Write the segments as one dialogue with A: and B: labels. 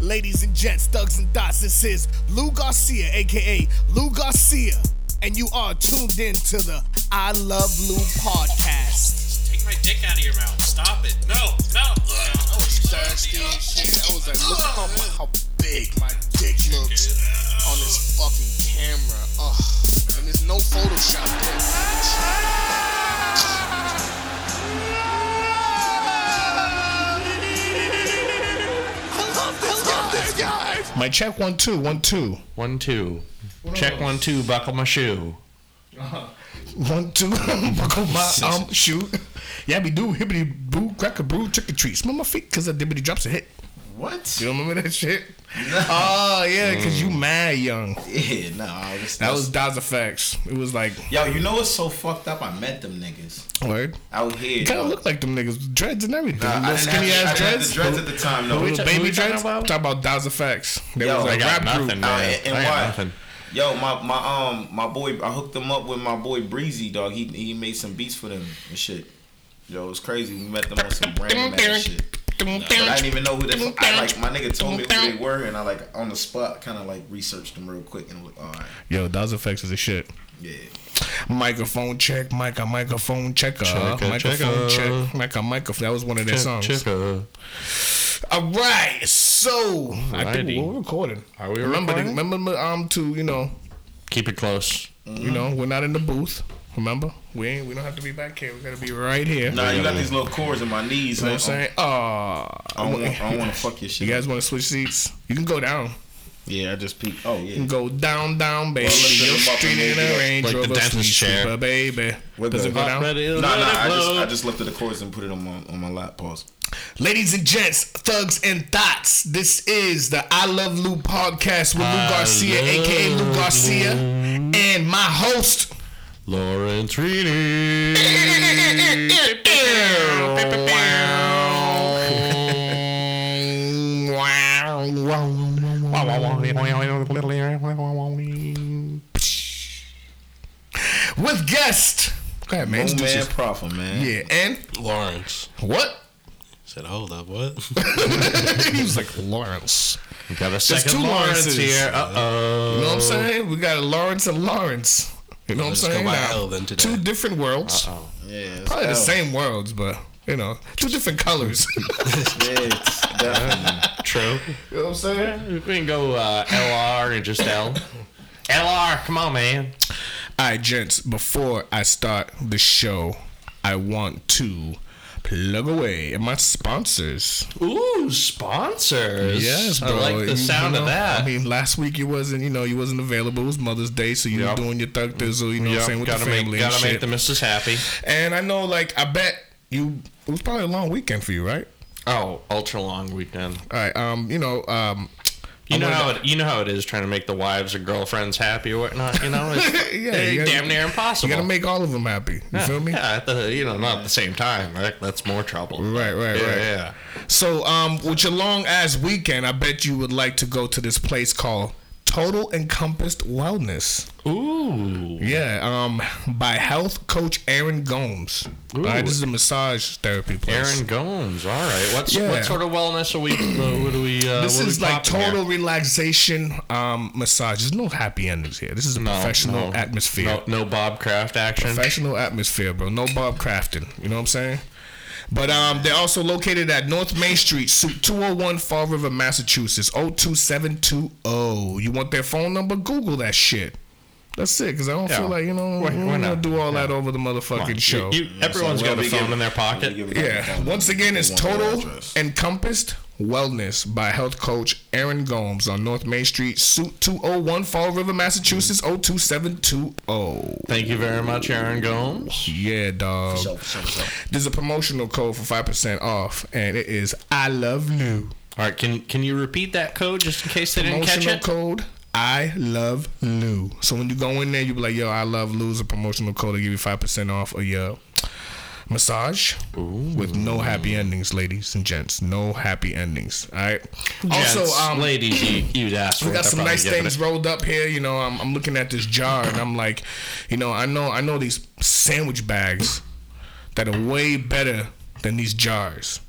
A: Ladies and gents, thugs and dots, this is Lou Garcia, aka Lou Garcia, and you are tuned in to the I Love Lou podcast.
B: Just take my dick out of your mouth. Stop it. No, no.
C: I was thirsty and shit. I was like, look how, mu- how big my dick looks on this fucking camera. Ugh. And there's no Photoshop there, bitch.
D: My check one two one two
B: One, two. Check one, two. Buckle my shoe.
D: one two. Buckle my um shoe. Yeah, we do hibbity boo crack a brew trick or treat. Smell my feet cause I dibbity drops a hit.
E: What? Mm.
D: You don't remember that shit? Oh yeah, cause you mad young.
E: Yeah, no, I was.
D: That was Daz Effects. It was like
E: Yo, you know what's so fucked up? I met them niggas
D: word.
E: out here.
D: You
E: dog.
D: kinda look like them niggas. Dreads and everything.
E: Nah, I
D: Little
E: didn't
D: skinny
E: have-
D: ass
E: I didn't have
D: dreads.
E: the dreads at the time, no.
D: Little
B: Who we
D: baby
B: talking
D: dreads.
B: about?
D: Talk about Daz Effects. They
E: Yo,
D: was
E: I
D: like
B: got
D: rap
B: nothing.
D: group.
E: Nah,
B: man.
E: and, and
B: I ain't
E: why?
B: nothing.
E: Yo, my my um my boy, I hooked him up with my boy Breezy dog. He he made some beats for them and shit. Yo, it was crazy. We met them on some random ass shit. But I didn't even know who they. I like my nigga told me who they were, and I like on the spot kind of like researched them real quick, and I'm like, all right,
D: Yo, Daz Effects is a shit.
E: yeah.
D: Microphone check, mic a microphone checker,
B: Checker,
D: microphone
B: checker.
D: check, mic a microphone. That was one of their songs.
B: Chicka.
D: All right, so I
B: Alrighty.
D: think we're recording.
B: Are we
D: remember?
B: recording?
D: The, remember um to you know
B: Keep it close.
D: you know we're not in the booth. Remember we ain't, we don't have to be back here. We gotta be right here.
E: Nah, you got these little cords in my knees.
D: You know what I'm saying? Ah,
E: I don't, want, I don't want to fuck your shit.
D: you
E: up.
D: guys want to switch seats? You can go down.
E: Yeah, I just peeked. Oh
D: You
E: yeah.
D: can go down, down, baby.
E: Well, let's
D: Your
E: get 'em up
D: street
E: and
D: in
E: move
D: a
E: it up.
D: Range
B: Like the
D: Rover,
B: dentist
D: sweet
B: chair.
D: sleeper, baby.
E: With
D: Does
E: the-
D: it go down?
E: No, no, I just I just lifted the cords and put it on my on my lap. Pause.
D: Ladies and gents, thugs and thoughts. This is the I Love Lou podcast with Lou
B: I
D: Garcia, aka Lou
B: love
D: Garcia, and my host.
B: Lawrence Reedy.
D: with guest. Go ahead, man.
E: Oh
D: Introduce
E: man,
D: yourself.
E: proper man.
D: Yeah, and
F: Lawrence
D: what?
F: said, "Hold up, what?"
D: he was like Lawrence.
B: Got a second
D: two
B: Lawrence
D: Lawrences.
B: here. Uh
D: You
B: oh.
D: know what I'm saying? We got Lawrence and Lawrence. You know what I'm
F: Let's go
D: saying?
F: by
D: Now,
F: L then today.
D: two different worlds.
E: yeah.
D: Probably the same worlds, but you know, two different colors.
E: Yeah, it's definitely.
B: True.
D: you know what I'm saying?
B: We can go uh, LR and just L. LR, come on, man.
D: All right, gents, before I start the show, I want to plug away my sponsors.
B: Ooh, sponsors. I like the
D: You-
B: sound
D: you know,
B: of that.
D: I mean, last week you wasn't, you know, you wasn't available. It was Mother's Day, so you
B: Yup.
D: were doing your thug thizzle, you know what I'm saying, with
B: gotta
D: the family
B: make,
D: and
B: gotta make
D: shit.
B: the missus happy.
D: and I know, like, I bet you, it was probably a long weekend for you, right?
B: Oh, ultra long weekend.
D: All right, um, you know, um,
B: You
D: I
B: know
D: wanna-
B: how it, you know how it is trying to make the wives or girlfriends happy or whatnot. You know, it's
D: Yeah,
B: eh,
D: you gotta-
B: damn near impossible.
D: you gotta make all of them happy. You feel me?
B: yeah, at the, you know, not at the same time. That, that's more trouble.
D: Right, right,
B: yeah,
D: right.
B: yeah.
D: So, um, with your long ass weekend, I bet you would like to go to this place called Total Encompassed Wellness.
B: Ooh,
D: Yeah, um, by health coach Aaron Gomes. All right, this is a massage therapy place.
B: Aaron Gomes. All right, what's
D: Yeah.
B: what sort of wellness are we? Uh, what do we? Uh,
D: This
B: what are
D: is
B: we
D: like
B: popping here?
D: total relaxation um, massage. There's no happy endings here. This is a
B: No,
D: professional
B: no.
D: atmosphere.
B: No, no Bob Craft action.
D: Professional atmosphere, bro. No Bob Crafton. You know what I'm saying? But um, they're also located at North Main Street, Suite 201, Fall River, Massachusetts, 02720. oh. You want their phone number? Google that shit. That's it, because I don't
B: Yeah.
D: feel like, you know,
B: Why-
D: we're,
B: why
D: going to
B: not?
D: do all that over the motherfucking show.
B: You, you, everyone's got a
E: we
B: phone
E: give-
B: in their
E: we
B: pocket.
E: give it back
D: yeah.
E: to
D: Once
E: them.
D: again, it's
E: They want their
D: Total
E: address.
D: Encompassed Wellness by health coach Aaron Gomes on North Main Street, Suite 201, Fall River, Massachusetts, 02720.
B: Thank you very much, Aaron Gomes.
D: oh. Yeah, dog.
E: So, so, so.
D: There's a promotional code for five percent off, and it is I love Lou.
B: All right, can can you repeat that code just in case they didn't catch
D: Promotional
B: it?
D: code I love Lou. So when you go in there, you be like, "Yo, I love Lou's a promotional code to give you five percent off of your massage with no happy endings, ladies and gents. No happy endings. All right.
B: Gents,
D: also, um,
B: ladies, you, you'd ask.
D: We got some nice things rolled up here. You know, I'm, I'm looking at this jar and I'm like, you know, I know I know these sandwich bags that are way better than these jars.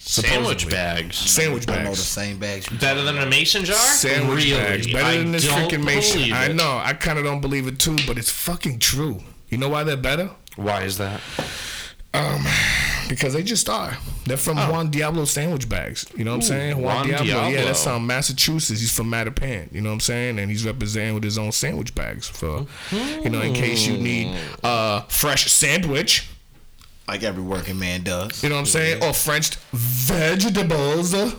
B: Sandwich bags.
D: Sandwich
G: I know the
D: bags.
G: same bags. you-
B: Better than a mason jar?
D: Sandwich
B: really?
D: bags. Better than this
B: I don't
D: freaking mason.
B: believe
D: I
B: it.
D: know. I kind of don't believe it too, but it's fucking true. You know why they're better?
B: Why is that?
D: Because they just are. They're from Juan Diablo sandwich bags. You know what I'm saying? Juan,
B: Oh. Juan
D: Diablo, Yeah,
B: Diablo.
D: that's from Massachusetts. He's from Mattapan. You know what I'm saying? And he's representing with his own sandwich bags for, you know, in case you need a fresh sandwich.
G: Like every working man does.
D: You know what I'm
B: Mm-hmm.
D: saying? Or French vegetables. You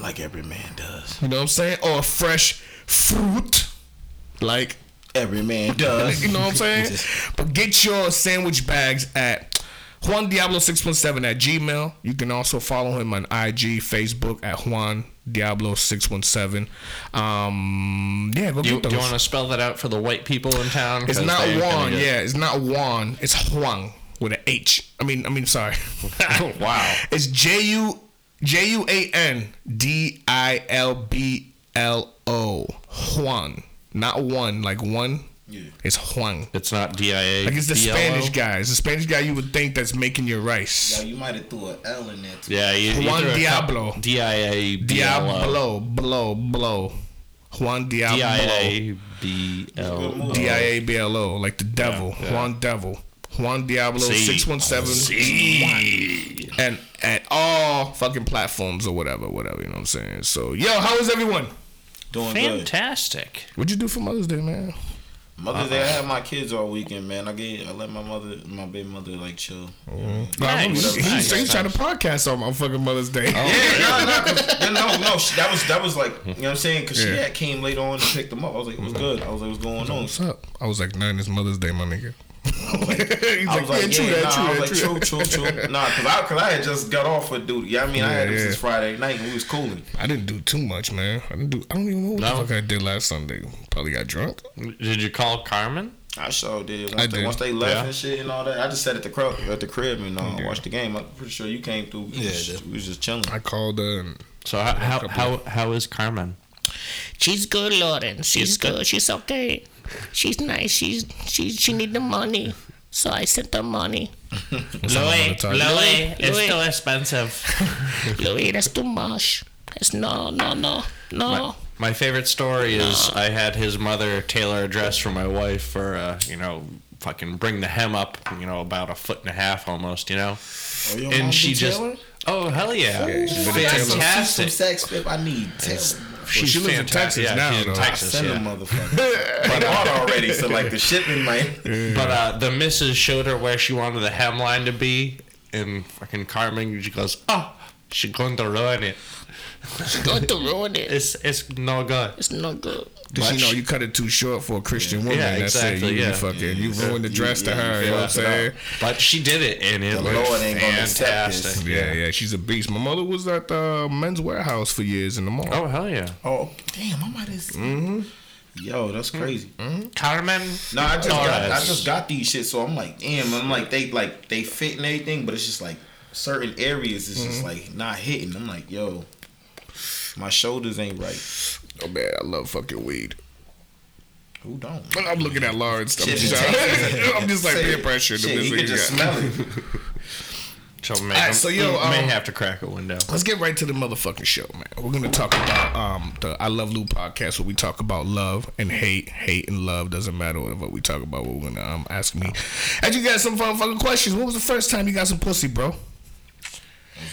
G: Like every man does.
D: know what I'm saying? Or fresh fruit. Like
G: Every man does.
D: You know what I'm saying? but get your sandwich bags at Juan Diablo 617 at Gmail. You can also follow him on IG, Facebook at Juan Diablo 617. Um, yeah, go get
B: You, do
D: those.
B: you want to spell that out for the white people in town?
D: it's
B: 'Cause
D: not
B: they're gonna
D: Juan.
B: get-
D: Yeah, it's not Juan. It's Huang with an H. I mean, I mean, sorry.
B: Wow.
D: It's J U J U A N D I L B L O Juan, not one like one. It's Juan.
B: It's not DIA.
D: Like it's the
B: DLO?
D: Spanish guy. It's the Spanish guy you would think that's making your rice.
E: Yo, you might have threw an L in there too.
B: Yeah, you,
D: Juan
B: either a cup-
D: Diablo.
B: DIA. Diablo.
D: Diablo, blow, blow. Juan Diablo.
B: DIA. BLO.
D: D-I-A B L O. Like the devil. Juan Devil. Juan Diablo
B: See.
D: 617. And at all fucking platforms or whatever, whatever, you know what I'm saying? So, yo, how is everyone?
E: Doing good.
B: Fantastic.
D: What'd you do for Mother's Day, man?
E: Mother's Day, I had my kids all weekend, man. I gave, I let my mother, my baby mother, like chill.
D: Nah, he-
B: Nice.
D: he-
B: Nice. Oh,
D: He's, he's trying to podcast on my fucking Mother's Day.
E: Yeah, no, no, 'cause- no, no, no. She, that was that was like you know what I'm saying because she
D: Yeah.
E: had came later on and picked them up. I was like, it was good. I was like, what's going on?
D: What's up? I was like, nine is Mother's Day, my nigga. He's
E: I was like,
D: true that,
E: yeah, nah.
D: true
E: I was
D: that,
E: like,
D: true
E: true,
D: that.
E: true, true. Nah, because I, cause I had just got off with dude. Yeah, I mean, I had
D: Yeah,
E: this
D: yeah.
E: is Friday night and we was cooling.
D: I didn't do too much, man. I didn't do. I don't even know what the fuck I did last Sunday. Probably got drunk.
B: Did you call Carmen?
E: I sure did. Once,
D: I
E: they,
D: did.
E: once they left
B: Yeah.
E: and shit and all that, I just sat at the crib, at the crib and uh, watched the game. I'm pretty sure you came through. We
F: Yeah,
E: was-
F: I did.
E: we was just chilling.
D: I called um, her. And
B: So how how how, how is Carmen?
H: She's good, Lauren. She's good. She's okay. She's nice. She's she she need the money. So I sent her money.
D: Louis,
H: Louis, it's Louis. too
B: expensive.
H: Louis, that's too much. That's no, no, no, no.
B: My favorite story is I had his mother tailor a dress for my wife for uh, you know fucking bring the hem up you know about a foot and a half almost you know, and she just oh hell yeah,
E: Some
B: fantastic.
E: sex flip I need. Taylor.
B: She's
D: lives in Texas
B: fantastic. yeah,
D: now,
B: she's in
D: though.
B: Texas,
E: Send
B: yeah.
E: them motherfuckers. but out already, so like the shipping might.
B: But uh, the missus showed her where she wanted the hemline to be, and fucking Carmen, she goes, oh, she's going to ruin it.
H: Going to ruin it.
B: It's it's no good.
H: It's not good.
D: Cause you know you cut it too short for a Christian woman.
B: Yeah,
D: That's it.
B: exactly,
D: You,
B: yeah.
D: you fucking you ruined the dress to her. you know what I'm saying?
B: But she did it, and it was
E: Lord ain't gonna accept
B: fantastic.
D: Yeah, yeah. She's a beast. My mother was at the uh, men's warehouse for years in the mall.
B: Oh hell yeah,
E: Oh damn! I might have.
D: Mm-hmm.
E: Yo, that's crazy.
B: Carmen.
E: No, I just got, I
B: Torres.
E: just got these shit, so I'm like, damn. I'm like, they like they fit and everything, but it's just like certain areas is
D: Mm-hmm.
E: just like not hitting. I'm like, yo, my shoulders ain't right.
D: Oh man, I love fucking weed.
E: Who don't?
D: But I'm looking at Lawrence. I'm
E: Shit,
D: just, I'm just like
E: Say
D: peer
E: it.
D: pressure. to
E: Shit,
D: this
E: you can
D: nigga.
E: just smell it.
B: So, may,
D: Alright, so, yo,
B: we may
D: um,
B: have to crack a window.
D: Let's get right to the motherfucking show, man. We're gonna talk about um the I Love Lou podcast where we talk about love and hate, hate and love doesn't matter what we talk about. We're gonna um ask me, and you guys some fun fucking questions. What was the first time you got some pussy, bro?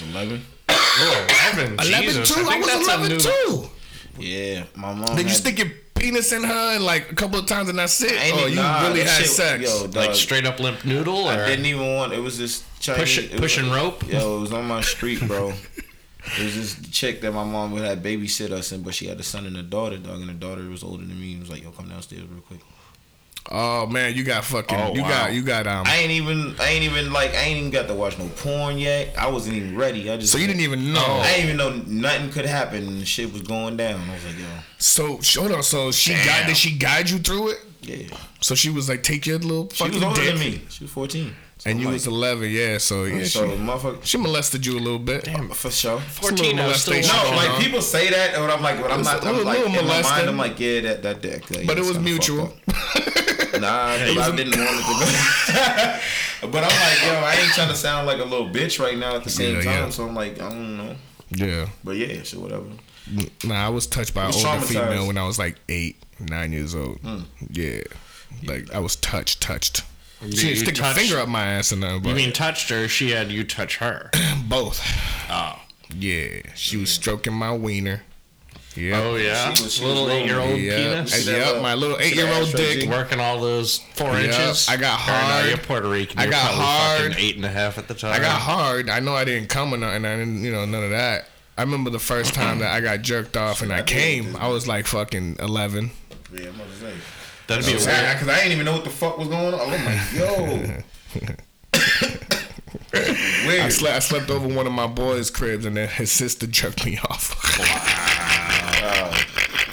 E: Eleven.
B: Oh, Evan,
D: Eleven
B: Jesus,
D: too. I,
B: think
D: was
B: that's a
D: eleven
B: new-
D: too.
E: Yeah, my mom.
D: Did you
E: had-
D: stick your penis in her and like a couple of times and that's it?
E: Ain't
D: Or
E: it-
D: you
E: nah,
D: really
E: that
D: had
E: shit-
D: sex?
E: Yo, dog,
B: Like straight up limp noodle,
E: I
B: or
E: didn't even want. It was this Chinese
B: Push-
E: it was-
B: pushing rope?
E: Yo, it was on my street, bro. it was this chick that my mom would have babysit us in, but she had a son and a daughter, dog, and the daughter was older than me. It was like, yo, come downstairs real quick.
D: Oh man, you got fucking.
E: Oh,
D: you
E: wow.
D: got. You got. Um.
E: I ain't even, I ain't even like, I ain't even got to watch no porn yet. I wasn't even ready. I just
D: so you didn't even know.
E: I didn't even know nothing could happen. and Shit was going down. I was like, yo,
D: so hold on. So she guided. Did she guide you through it?
E: yeah.
D: So she was like, take your little
E: She
D: fucking
E: was older
D: dick.
E: than me. She was fourteen. So
D: And
E: I'm
D: you
E: like,
D: was 11, yeah. So yeah,
E: so
D: she,
E: motherfucker,
D: she molested you a little bit.
E: for sure.
D: It's a little
B: 14, I was still
D: molestation
E: No,
D: going
E: like
D: on.
E: people say that, and I'm like, but I'm
D: It's
E: not.
D: a
E: I'm
D: little-
E: like in
D: little
E: my mind,
D: molesting.
E: I'm like, yeah, that that dick. Like,
D: but it
E: it's
D: was
E: kinda fucked
D: mutual.
E: up. Nah, 'cause I didn't want it to be. but I'm like, yo, I ain't trying to sound like a little bitch right now at the same
D: Yeah,
E: time.
D: yeah.
E: So I'm like, I don't know.
D: Yeah.
E: But yeah, shit, whatever.
D: Nah, I was touched by an
E: was
D: older female
E: traumatized.
D: when I was like eight, nine years old.
B: Hmm.
D: Yeah. Like I was touched, touched. She
B: you
D: didn't stick
B: touched-
D: a finger up my ass and nothing, but
B: You mean touched her? She had you touch her.
D: both.
B: Oh.
D: Ah. Yeah. She was stroking my wiener. Yeah.
B: Oh yeah,
E: She was- she was
B: little
E: rolling.
B: eight-year-old
D: yeah.
B: Oh, penis
E: that
D: Yep,
E: little-
D: my little
E: see
D: eight year
E: that
D: old
E: ashtray,
D: dick.
E: G?
B: working all those four
D: Yeah,
B: inches.
D: I got
B: Or no,
D: hard.
B: you're Puerto Rican.
D: I
B: you're
D: got
B: probably
D: hard.
B: fucking eight and a half at the time.
D: I got hard. I know I didn't come or nothing. I didn't, you know, none of that. I remember the first time that I got jerked off and I came. I was like fucking eleven.
E: Yeah, I'm about to say.
B: That'd be
E: Because
B: weird.
E: I didn't even know what the fuck was going on. I'm like, yo.
D: I
E: Weird.
D: slept, I slept over one of my boys' cribs and then his sister jerked me off.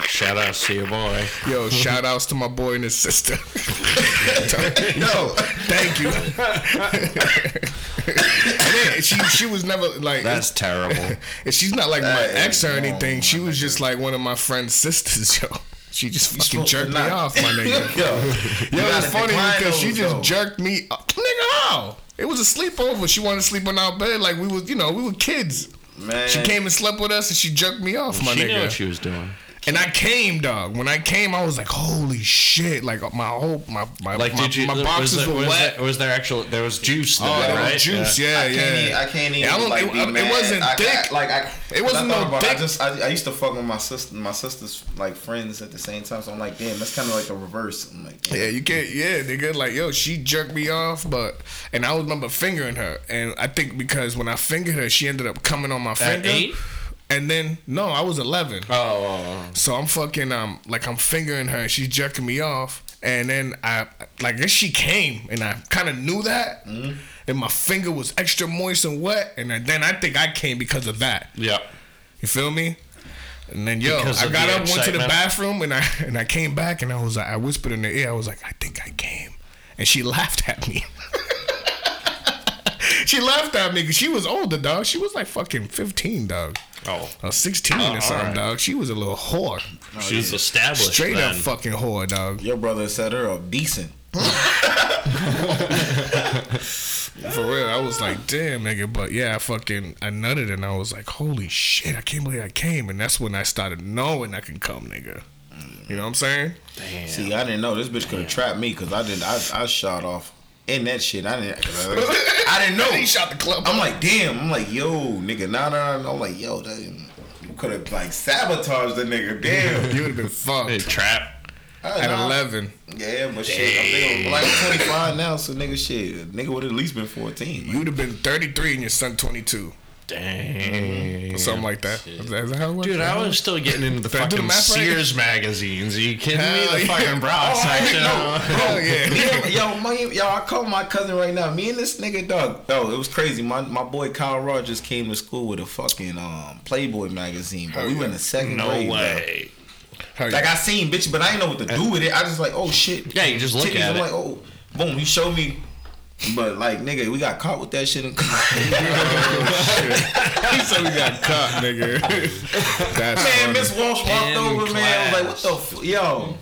B: Shout out to your boy.
D: Yo, shout outs to my boy and his sister. Yo, thank you. and then she she was never like
B: That's terrible.
D: and she's not like my
E: That
D: ex
E: is
D: or
E: wrong,
D: anything. She was just like one of my friend's sisters, yo. She just fucking jerked me off, my nigga.
E: Yo,
D: Yo,
E: you
D: it's
E: gotta
D: funny
E: decline
D: because she
E: those,
D: just
E: though.
D: jerked me up. Nigga, how? It was a sleepover. She wanted to sleep in our bed like we was, you know, we were kids.
E: Man.
D: She came and slept with us and she jerked me off, my
B: she
D: nigga.
B: knew what she was doing.
D: And I came, dog. When I came, I was like, "Holy shit!" Like uh, my whole my my
B: Like,
D: my,
B: did you?
D: my
B: was
D: boxes
B: there-
D: were
B: was
D: wet.
B: There, was there actual? There was juice.
D: Oh,
B: there,
D: there
B: right?
D: was juice.
E: I
D: Yeah, yeah.
E: can't even, I can't even
D: Yeah, I don't-
E: like
D: it-
E: be
D: it
E: mad.
D: wasn't
E: I,
D: thick.
E: I, like I,
D: It wasn't
E: I thought
D: no
E: about it,
D: thick.
E: I just I, I used to fuck with my sister, my sister's like friends at the same time. So I'm like, damn, that's kind of like a reverse. I'm like, damn.
D: Yeah, you can't. Yeah, nigga. Like, yo, she jerked me off, but and I remember fingering her, and I think because when I fingered her, she ended up coming on my finger.
B: eight?
D: And then no, I was eleven.
B: Oh,
D: So I'm fucking um like I'm fingering her and she's jerking me off and then I like I guess she came and I kind of knew that and my finger was extra moist and wet and then I think I came because of that.
B: yeah.
D: You feel me? And then yo,
B: Because
D: I
B: of
D: got
B: the
D: up, went to the
B: excitement.
D: bathroom and I and I came back and I was like I whispered in her ear I was like I think I came and she laughed at me. she laughed at me because she was older dog. She was like fucking 15 dog.
B: Oh,
D: Or 16 or something, dog. She was a little whore.
B: she was established.
D: Straight
B: then.
D: up fucking whore, dog.
E: Your brother set her up decent.
D: For real. I was like, damn, nigga. But yeah, I fucking, I nutted and I was like, holy shit, I can't believe I came. And that's when I started knowing I can come, nigga. You know what I'm saying?
E: See, I didn't know this bitch could have trapped me because I didn't. I, I shot off in that shit. I didn't. 'cause I- I didn't know.
D: He shot the club.
E: I'm like, damn. I'm like, yo, nigga, nah, nah. nah. I'm like, yo, that, you could have like sabotaged the nigga. Damn.
D: you would have been
B: Hey,
D: fucked
B: trap.
D: at 11.
E: Yeah, but shit, I'm thinking I'm like 25 now, so nigga, shit, nigga would at least been 14.
D: You would have been 33 and your son 22.
B: Dang.
D: Or something like that. Is that, is that how it works?
B: Dude, I was still getting into the
D: Did I do the
B: fucking
D: math right?
B: Sears magazines. Are you kidding
D: Hell
B: me? The
D: yeah.
B: fucking bra section. Oh,
D: Hell yeah.
E: yo, yo, my, yo, I call my cousin right now. Me and this nigga, dog. Yo, it was crazy. My my boy Kyle Rogers came to school with a fucking um, Playboy magazine, but we were in the second
B: No
E: grade. dog.
B: way.
D: Hell
E: Like
D: yeah.
E: I seen bitch, but I didn't know what to do with it. I just like, oh shit.
B: Yeah, you just look
E: Titties.
B: at
E: I'm
B: it.
E: like, oh, boom. You show me. But like, nigga, we got caught with that shit. In-
D: He said we got caught, nigga. That's
E: man,
D: funny.
E: Miss Walsh walked
B: In
E: over, man. I was like, what
B: class.
E: the f-? yo?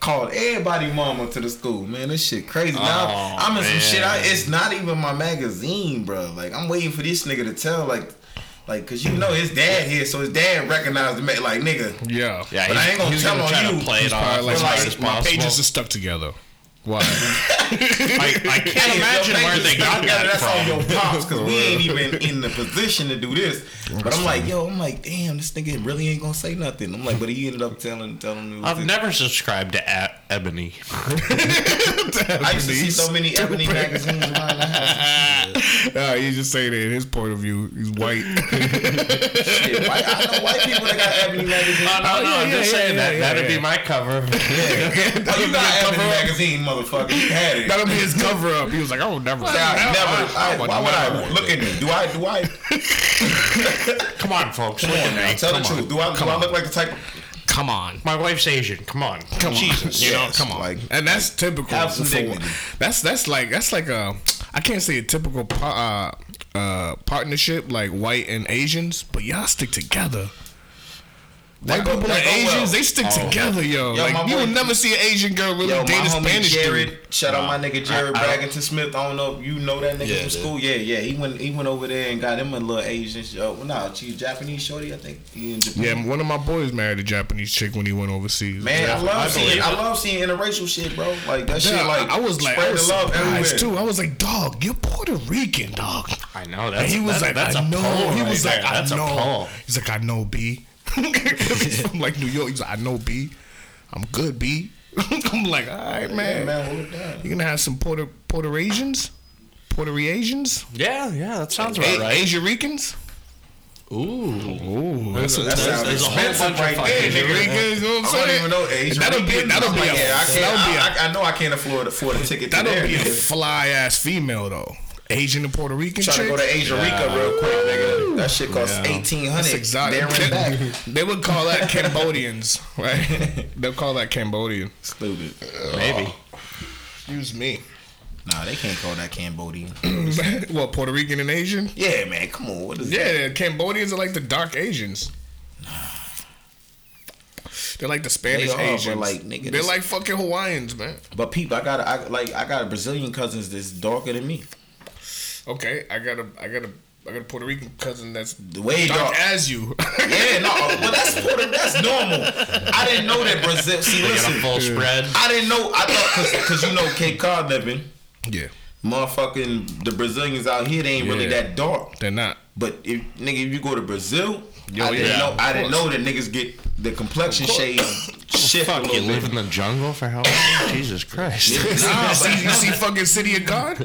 E: Called everybody mama to the school, man. This shit crazy. Now
B: Oh,
E: I'm in some
B: man.
E: shit. I, it's not even my magazine, bro. Like I'm waiting for this nigga to tell, like, like, cause you know his dad here, so his dad recognized the ma- like nigga.
D: Yeah.
B: Yeah,
E: But I
B: he's-
E: ain't gonna
B: he's
E: tell
B: try
E: on you.
B: to play it
D: Probably
B: off
D: like,
B: as hard as
D: my, my
B: possible.
D: pages are stuck together. Why?
B: I, I can't
E: Hey,
B: imagine
E: yo,
B: where
E: thank
B: they
E: you.
B: got
E: Yeah,
B: that
E: that's on
B: from.
E: your pops because we ain't even in the position to do this. But I'm like, yo, I'm like, damn, this nigga really ain't gonna say nothing. I'm like, but he ended up telling telling me. what
B: I've
E: to-
B: never subscribed to a- Ebony.
E: I used to see so many Ebony magazines around the house.
D: Nah, he's just saying it in his point of view. He's white.
E: Shit, white, I know white people that got Ebony magazines.
B: Oh, no, no,
D: yeah,
B: I'm just
D: yeah,
B: saying
D: yeah,
B: that.
D: yeah,
B: that'd
D: yeah.
B: be my cover.
E: Oh, you got Ebony magazine, motherfucker. You had it.
D: That'll be his cover up. He was like, I will never.
E: I
D: I-
E: never. I,
D: I would
E: why would
D: never.
E: I look at it? Do I? Do I?
B: Come on, folks. Look at me.
E: Tell the
B: Come on.
E: truth. Do I? Do I look like the type? of
D: Come on.
B: My wife's Asian. Come on.
D: Come on.
B: Jesus.
D: You know,
E: Yes,
D: come on.
E: like-
D: and that's typical.
E: Have some
D: for-
E: dignity.
D: that's that's like that's like a I can't say a typical par, uh, uh, partnership like white and Asians, but y'all stick together. White people and Asians, they stick together, yo.
E: Oh. Yo, my
D: like you will
E: boy-
D: never see an Asian girl really
E: Yo, my
D: date a
E: homie
D: Spanish
E: Jared,
D: dude.
E: shout out my nigga Jared
B: I- I don't-
E: Braggington Smith. I don't know if you know that nigga
F: Yeah,
E: from
F: dude.
E: school. Yeah, yeah. He went he went over there and got him a little Asian. sh- Oh, well, nah, she's Japanese shorty. I think he in Japan.
D: Yeah, one of my boys married a Japanese chick when he went overseas.
E: Man, I love
B: I
E: seeing
B: believe
E: I
B: it.
E: love seeing interracial shit, bro. Like that
D: Yeah,
E: shit. Like
D: I was like,
E: spread
D: I was
E: the love everywhere.
D: surprised too. I was like, dog, you're Puerto Rican, dog.
B: I know.
D: And
B: That's,
D: he was
B: that-
D: like,
B: that's
D: I
B: a
D: know.
B: poll
D: he
B: right
D: was
B: there.
D: like, I
B: that's
D: know.
B: a poll.
D: He's like, I know, B. 'Cause he's from like New York. He's like, I know, B. I'm good, B. I'm like, all right,
E: Yeah,
D: man.
E: man, hold it down.
D: You gonna have some Puerto Puerto Asians, Puerto Rians,
B: Yeah, yeah, that sounds about
D: a-
B: right.
D: Asia Ricans.
F: Ooh.
D: Ooh,
B: There's,
D: that's-
B: there's-
E: sounds
B: there's a whole
E: expensive
B: bunch
E: right
B: of fucking
E: there,
D: Asia
E: nigga.
D: Ricans. You know what
E: I
D: I'm
E: don't
D: saying?
E: even know Asian.
D: That'll be
E: Ricans.
D: that'll
E: I'm
D: be
E: like,
D: a
E: yeah, I
D: that'll be a
E: can't. I, I, I know I can't afford afford a ticket to
D: That'll
E: there.
D: be a
E: nigga.
D: fly ass female though. Asian and Puerto Rican
E: Trying to
D: chick.
E: go to Asia Rica real quick, nigga. That shit costs eighteen
D: That's
E: hundred.
D: exotic. they would call that Cambodians, right? They'll call that Cambodian.
E: Stupid.
B: maybe.
D: Excuse me.
E: Nah, they can't call that Cambodian.
D: what Puerto Rican and Asian?
E: yeah, man, come on. What is that?
D: Yeah, Cambodians are like the dark Asians. They're like the Spanish
E: They are, but,
D: Asians.
E: like, nigga,
D: They're
E: this-
D: like fucking Hawaiians, man.
E: But peep, I got a- I like I got a Brazilian cousins that's darker than me.
D: Okay, I got a, I got a, I got a Puerto Rican cousin that's
E: Way
D: dark
E: dark.
D: as you.
E: Yeah, no, well that's Puerto, that's normal. I didn't know that Brazil. See,
B: They got a
E: listen,
B: full spread.
E: I didn't know. I thought because you know Cape Cod living,
D: yeah,
E: motherfucking the Brazilians out here they ain't really
D: Yeah.
E: that dark.
D: they're not.
E: But if nigga, if you go to Brazil,
D: Yo,
E: I didn't
D: yeah,
E: know.
D: of
E: I didn't know
D: course.
E: that niggas get the complexion shades shift a
B: Fuck, you
E: little
B: live
E: bit.
B: in the jungle for how long? Jesus Christ.
D: you, see, you see fucking City of God?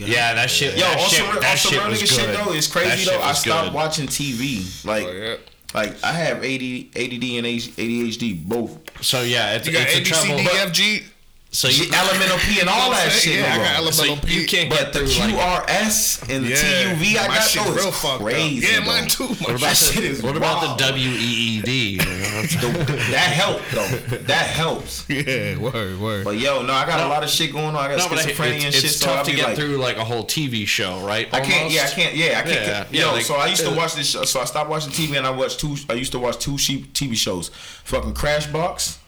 B: Yeah, that shit.
E: Yo,
B: that
E: also,
B: shit,
E: real,
B: that
E: also
B: shit
E: real
B: was
E: nigga
B: good.
E: shit though. It's
B: That
E: crazy
B: shit
E: though. I
B: was
E: stopped
B: good.
E: watching TV. Like,
D: Oh, yeah.
E: like I have AD, ADD and ADHD both.
B: So yeah, it's,
D: You got
B: it's a trouble. but-
D: ABCDFG.
B: So
E: G-
B: you,
E: elemental P and all that shit.
D: Yeah, I
E: bro.
D: got
B: so
D: elemental P.
B: you can't
E: But
B: get
E: the
B: through like.
E: QRS and the
D: Yeah,
E: TUV I
D: my
E: got
D: shit
E: though
D: real
E: is
D: fucked up.
E: crazy.
D: Yeah,
E: though.
D: mine too. My
E: What about
D: shit-
E: shit is
B: What about the
E: wild.
B: W E E D?
E: that helped though. That helps.
D: Yeah, word, word.
E: But yo, no, I got a lot of shit going on. I got
B: No, but I-
E: schizophrenia and
B: it's,
E: shit.
B: it's
E: so
B: tough
E: I
B: to
E: be
B: get
E: like,
B: through like a whole TV show, right?
E: I can't. Yeah, I
B: Almost?
E: can't. Yeah, I can't.
B: Yeah,
E: yo,
B: yeah, like-
E: so I used to watch this. Show, so I stopped watching TV and I watched two. I used to watch two sheep TV shows, fucking Crash Box,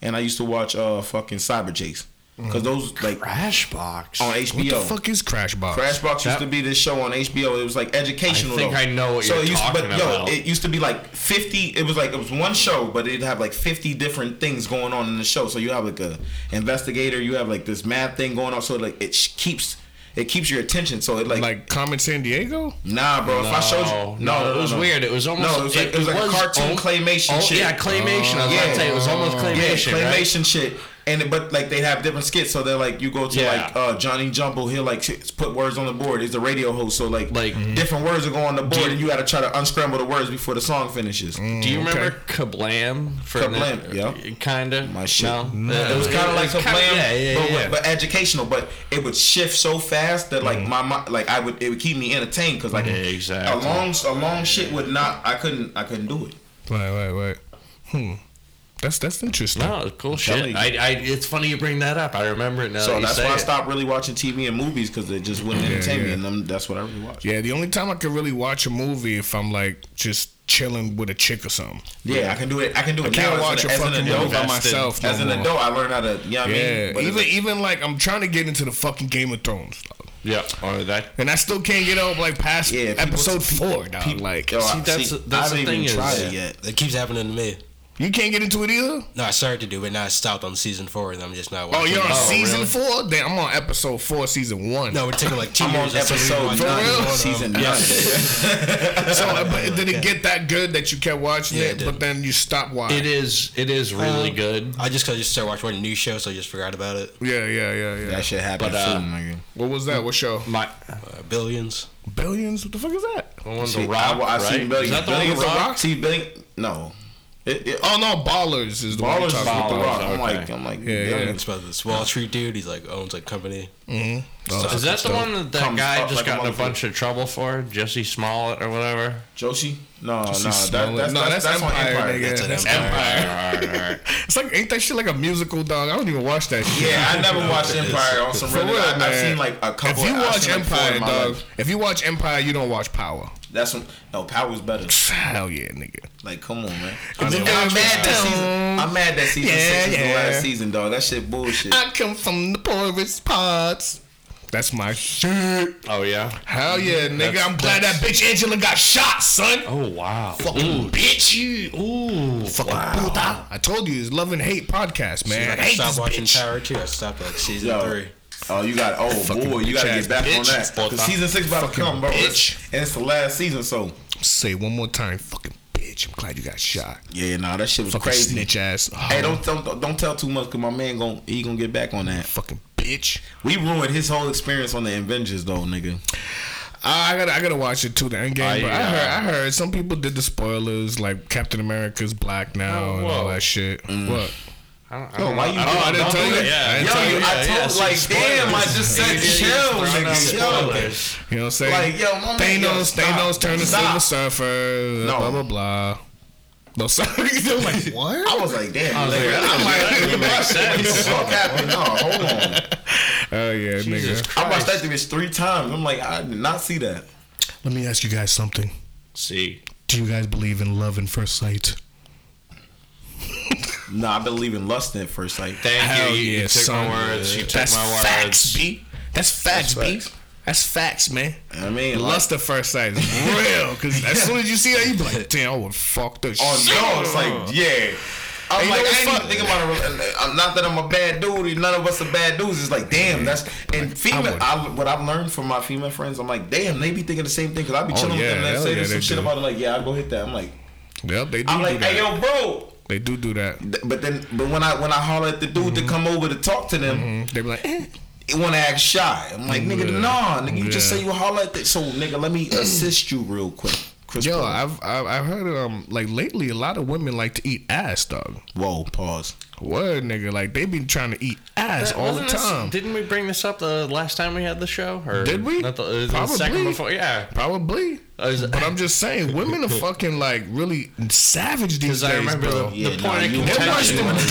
E: and I used to watch uh fucking Cyber Jakes, because those like
B: Crash box.
E: on
B: I
E: HBO.
D: What the fuck is Crash Box?
E: Crashbox used
B: That-
E: to be this show on HBO. It was like educational.
B: I think
E: though.
B: I know what you're
E: it used,
B: talking
E: but,
B: about.
E: Yo, it used to be like fifty. It was like it was one show, but it'd have like fifty different things going on in the show. So you have like a investigator. You have like this math thing going on. So like it sh- keeps it keeps your attention. So it like,
D: Like Common San Diego?
E: nah, bro. if I showed you,
B: no, it was weird. It was almost
E: no. It was like, it, was like a cartoon
B: al-
E: claymation
B: al-
E: shit.
B: Oh, Yeah, claymation. I was about
E: Yeah.
B: to say it was almost
E: Yeah,
B: claymation. right?
E: claymation shit. And it- but like they have different skits, so they're like you go to
B: Yeah.
E: like uh, Johnny Jumble, he'll like s- put words on the board. He's a radio host, so like,
B: Like-
E: different words will go on the board,
B: you-
E: and you got to try to unscramble the words before the song finishes.
B: Do
D: Mm,
B: you remember
D: okay.
B: Kablam? For
E: Kablam, yeah.
B: Kinda.
E: My shit.
B: No,
E: It was kind of like a
B: kinda-
E: plan,
B: Yeah, yeah,
E: but,
B: yeah.
E: with- but educational. But it would shift so fast that like my my like I would it would keep me entertained because like
B: Yeah, exactly.
E: a long a long shit would not I couldn't I couldn't do it.
D: Right, right, right. Hmm. That's that's interesting.
B: No, it's cool shit.
E: you.
B: I, I, it's funny you bring that up. I remember it now.
E: So
B: that you
E: that's
B: say
E: why I
B: it.
E: stopped really watching TV and movies because it just wouldn't entertain me,
D: yeah.
E: and them, that's what I really watched.
D: Yeah, the only time I could really watch a movie if I'm like just chilling with a chick or something.
E: Yeah, I can do it. I can do it.
D: I can't
E: now
D: watch
E: as
D: a
E: an, as an
D: fucking
E: adult
D: movie by
E: I'm-
D: myself. no
E: As an
D: more.
E: adult, I learned how to. You know what I
D: Yeah,
E: mean? But
D: even
E: it's-
D: even like I'm trying to get into the fucking Game of Thrones, dog.
B: Yeah.
E: Oh,
B: Or that.
D: and I still can't get over like past
E: Yeah, people-
D: episode four, dog. like
E: yo, I-
B: that's-
E: see,
B: that's the
E: I haven't
B: thing
E: even
B: is-
E: tried
B: Yeah.
E: it yet.
F: It keeps happening to me.
D: you can't get into it either.
F: No, I started to do it. Now I stopped on season four, and I'm just not
D: Oh,
F: watching.
D: you're on
F: it.
D: season four? Damn, I'm on episode four, season one.
F: No, we're taking like two
E: I'm on
F: years. That's what we
E: episode
F: watch.
D: For
E: nine,
D: real?
E: of season nine.
D: so uh, but did it get that good that you kept watching
F: Yeah, it
D: it,
F: did.
D: but then you stopped watching?
B: It is. It is really good.
F: I just cause I just started watching one new show, so I just forgot about it.
D: Yeah, yeah, yeah, yeah.
E: That shit happened
B: But, uh,
E: soon, nigga.
D: What was that? What show?
B: My
F: Uh, billions.
D: Billions? What the fuck is that?
B: the one's
E: See,
B: a rock.
E: I, I
B: right?
E: seen Billy.
B: Is that the
E: Billy
B: one with
E: is
B: the
E: a
B: rock?
E: rock. See Billy? No. It, it,
D: Oh no, Ballers is the one you're
E: Ballers is with
D: talking
E: the
B: Ballers,
E: rock. I'm
B: okay.
E: like, I'm like,
D: Yeah,
E: damn.
D: yeah.
F: It's about this Wall Street dude. He's like owns a company.
D: about. Mhm.
B: Is that the one that that
E: Comes
B: guy
E: up
B: just
E: like a
B: got in a
E: motherfucker.
B: bunch of trouble for? Jesse Smollett or whatever?
E: Josie? No, no, that,
D: Smollett.
E: that's,
D: No, that's
E: that's, that's on
D: Empire,
E: Empire.
D: nigga.
E: That's
D: That's
E: an Empire.
B: Empire. All right, all right.
D: It's like ain't that shit like a musical dog? I don't even watch that shit.
E: Yeah, I never watched Empire on some
D: For
E: real.
D: real,
E: I- I've
D: man.
E: seen like a couple.
D: If you
E: I've
D: watch
E: seen, like, four
D: Empire,
E: in my
D: dog,
E: life.
D: if you watch Empire, you don't watch Power.
E: that's some, no power's better.
D: Hell yeah, nigga.
E: Like, come on, man.
D: I mean,
E: I'm mad that season. I'm mad that season
D: Yeah,
E: six is
D: yeah.
E: the last season, dog. That shit bullshit.
D: I come from the poorest parts. That's my shit.
B: Oh yeah.
D: Hell yeah, nigga. I'm glad that bitch Angela got shot, son.
B: Oh wow.
D: Fucking bitch. Ooh. Fucking puta. I told you, it's love and hate podcast, man.
F: Like,
D: I
F: I
D: hate
F: stopped
D: this
F: watching
D: bitch.
F: Power too. I stopped like season
E: Yo.
F: three.
E: Oh, you got oh boy, you gotta
D: bitch-ass
E: get back on
D: bitch.
E: that. 'Cause season six about to come, bro.
D: bitch.
E: And it's the last season, so
D: Say it one more time, fucking bitch. I'm glad you got shot.
E: yeah, nah, that shit was
D: Fucking
E: crazy.
D: snitch ass. Oh,
E: Hey, don't, don't don't tell too much, cause my man gon' he gonna get back on that.
D: fucking bitch.
E: We ruined his whole experience on the Avengers, though, nigga.
D: I I gotta, I gotta watch it too. The end game,
B: I,
D: but I
B: uh,
D: heard, I heard some people did the spoilers, like Captain America's black now and all
B: whoa.
D: that shit. What? Oh,
B: I don't, I don't
E: why
B: know.
E: you
B: I don't,
E: doing-
B: Oh, I didn't
E: don't
B: tell
E: do
B: you.
E: that.
B: Yeah, I didn't
E: Yo,
B: tell you.
E: I
B: Yeah, yeah,
E: told like,
B: some
E: damn, I
B: spoilers.
E: just said chill,
B: Throwing out
E: nigga. Yo.
B: spoilers.
D: You know what I'm saying?
E: Like, yo, my man,
D: Thanos,
E: yo, stop.
D: Thanos turned to
E: Stop.
D: Silver Surfer.
E: No.
D: Blah blah blah. No, sorry. They're like what?
E: I was like, damn,
B: I was like,
E: nigga.
B: that doesn't even make sense.
E: Fuck happened? No, hold on.
D: Oh yeah,
B: Jesus
D: nigga.
E: I watched
B: Christ.
E: that bitch three times. I'm like, I did not see that.
D: Let me ask you guys something.
B: See,
D: Do you guys believe in love and first sight?
E: No, I believe in lust at first sight.
B: thank
D: Hell
B: you. You,
D: yeah,
B: you took
D: son.
B: my words. You took
D: That's
B: my words.
D: facts, B. That's facts, B. That's facts, man.
E: I mean, like-
D: lust at first sight is real. Because as soon as you see that, you be like, damn, I would fuck the
E: on
D: shit.
E: Oh, no, it's like, yeah. I'm
D: And you
E: like,
D: know
E: I
D: what's
E: ain't
D: fuck-
E: even thinking about it. I'm not that I'm a bad dude. None of us are bad dudes. It's like, damn, that's and female.
D: would.
E: I, what I've learned from my female friends, I'm like, damn, they be thinking the same thing because I be
D: Oh,
E: chilling
D: yeah,
E: with them and
D: hell
E: they say
D: yeah,
E: some
D: they
E: shit
D: do.
E: about it. Like, yeah, I go hit that. I'm like,
D: Yep, they do
E: I'm
D: do
E: like,
D: that.
E: hey, yo, bro.
D: They do do that.
E: Th- But then, but when I when I holler at the dude to come over to talk to them,
D: They be like, eh.
E: you want to act shy. I'm like, nigga,
D: Yeah.
E: nah, nigga, you just
D: Yeah.
E: say you holler at that. So, nigga, let me assist you real quick. Chris
D: yo,
E: Paul.
D: I've, I've I've heard um like lately a lot of women like to eat ass, dog.
E: Whoa, pause.
D: Word, nigga, like they been trying to eat ass all the
B: Wasn't this-
D: time.
B: didn't we bring this up the last time we had the show? Or
D: Did we?
B: Not the, it was the
D: Probably.
B: second before. Yeah.
D: Probably.
B: I was-
D: But I'm just saying, women are fucking like really savage these days,
B: Because I remember
D: bro.
B: the,
E: Yeah,
B: the
E: nah,
B: point
E: you-
B: of
D: They're worse
B: contention
D: than
B: was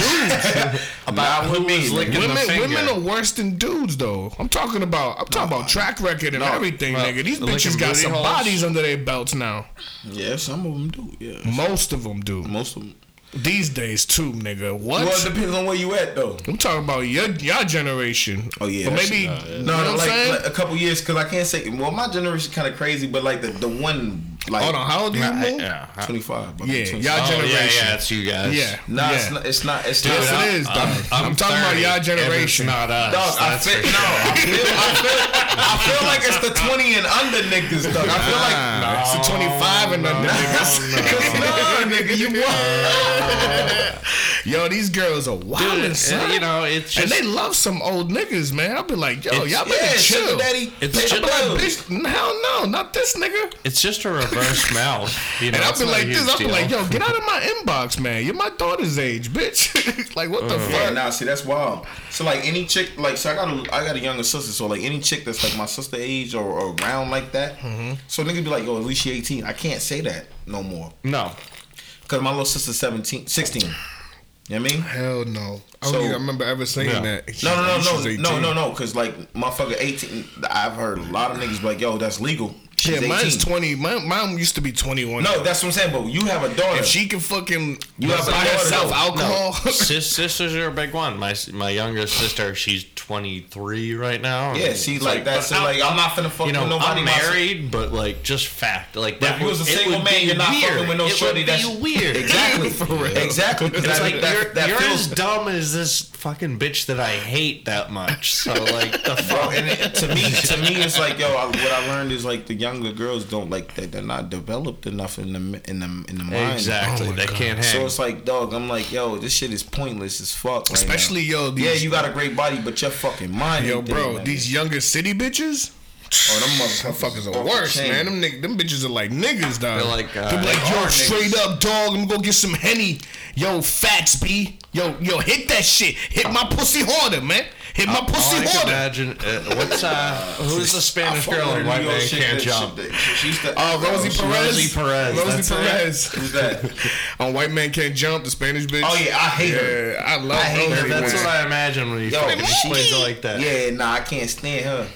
D: dudes.
E: About
B: who was licking the
D: women,
B: finger.
D: women are worse than dudes, though. I'm talking about, I'm talking about track record and everything,
B: Well,
D: nigga. These
B: the licking
D: bitches got
B: booty
D: some
B: holes.
D: bodies under their belts now.
E: Yeah, some of them do. Yeah,
D: Most of them do.
E: most of them.
D: These days too, nigga. What?
E: Well, it depends on where you at though.
D: I'm talking about your your generation.
E: Oh, yeah,
D: Or
E: that's-
D: maybe
B: uh,
D: you know
E: No,
D: what
E: no,
D: I'm
E: like,
D: saying.
E: like a couple years because I can't say. Well, my generation kind of crazy, but like the the one like
D: Hold on, how old are you? Mo? yeah,
B: Yeah. huh?
E: twenty five.
D: Yeah, y'all
B: uh, Oh, yeah,
D: generation.
B: yeah, it's you guys.
D: yeah.
E: Nah, it's not. It's not. It's
D: Yes,
E: not.
D: it is, dog. I'm, talking about
B: 30,
D: y'all
B: and
D: generation.
B: It's not us.
E: Dog, I
B: that's
E: feel,
B: for
E: no,
B: sure.
E: I feel, I feel, I feel like it's the twenty and under niggas, dog. I feel like
D: Nah, it's the 25 and under niggas.
E: Cause nah, nigga, you
D: Yo, these girls are wild
B: Dude,
D: and son.
B: and, you know, it's
D: and
B: just.
D: they love some old niggas, man. I'll be like, yo,
B: It's-
D: y'all better
E: Yeah,
D: chill.
E: sugar daddy.
B: It's
E: pay the
B: chill.
E: bills.
D: Bitch, hell no, not this nigga.
B: It's just a reverse mouth. You know,
D: And I'll
B: it's
D: be
B: not a
D: like this.
B: huge
D: I'll be
B: deal.
D: like, yo, get out of my inbox, man. You're my daughter's age, bitch. like, what the
E: Yeah,
D: fuck?
E: nah, see that's wild. So like any chick, like so I got a I got a younger sister, so like any chick that's like my sister age or, or around like that, so nigga be like, yo, at least she eighteen. I can't say that no more
B: No.
E: because my little sister's 17, 16. You know what I mean?
D: Hell no. I don't
E: So-
D: even remember ever saying
B: Yeah.
D: that.
E: No, no,
D: She's
E: no, no,
D: 18.
E: no, no, no, because like motherfucker eighteen. I've heard a lot of niggas be like, yo, that's legal. She's
D: Yeah, mine's
E: 18.
D: 20. My mom used to be 21.
E: No, that's what I'm saying. But you have a daughter.
D: If she can fucking
E: You have a
D: buy
E: daughter,
D: herself
E: though.
D: alcohol.
B: Sis, sisters are a big one. My s- my younger sister, she's 23 right now.
E: yeah, she
B: It's
E: like, that.
B: but
E: So
B: I'm-
E: like, I'm not finna fuck
B: you know,
E: with nobody.
B: I'm married, but like just fact, like
E: But
B: that.
E: if you was a
B: it
E: single
B: would
E: man,
B: be
E: you're not
B: weird.
E: fucking with no
B: it
E: shorty.
B: Would
E: That's
B: be weird.
E: Exactly. Exactly. 'cause
B: It's
E: that-
B: like
E: that-
B: you're,
E: that
B: you're
E: feels-
B: as dumb as this fucking bitch that I hate that much. So like the
E: Bro,
B: fuck.
E: and it, to me, to me, it's like yo. I, what I learned is like the younger girls don't like that. They're not developed enough in the in the in the mind.
B: Exactly. they can't hang.
E: Oh So it's like, dog. I'm like, yo, this shit is pointless as fuck. right
D: Especially,
E: now.
D: yo, these-
E: yeah, you got a great body, but your fucking mind.
D: Yo,
E: ain't there,
D: bro,
E: man.
D: these younger city bitches.
E: Oh, them
D: Motherfuckers
E: motherfuckers
D: are worse, man. Them nigg- them bitches are like niggas, dog.
B: They're like, uh,
D: They're like,
E: they
D: yo,
E: are
D: straight up, dog. I'm gonna go get some henny. Yo, facts, b. Yo, yo, hit that shit. Hit my pussy harder, man. Hit
E: Uh,
D: my
B: All I
D: pussy
B: can
D: harder.
B: imagine. Uh, what's uh? Who's the Spanish girl in White Man Can't Jump?
E: She's the
D: Oh, Rosie Perez.
B: Rosie Perez, that's
D: Rosie
B: it.
D: Perez.
E: Who's that?
D: On White Man Can't Jump, the Spanish bitch.
E: Oh yeah, I hate her.
D: Yeah, I love
E: I hate her.
D: Rosie,
B: Oh, That's
D: man.
B: what I imagine when you
E: Yo,
B: fucking
E: she-
B: plays it like that.
E: Yeah, nah, I can't stand her.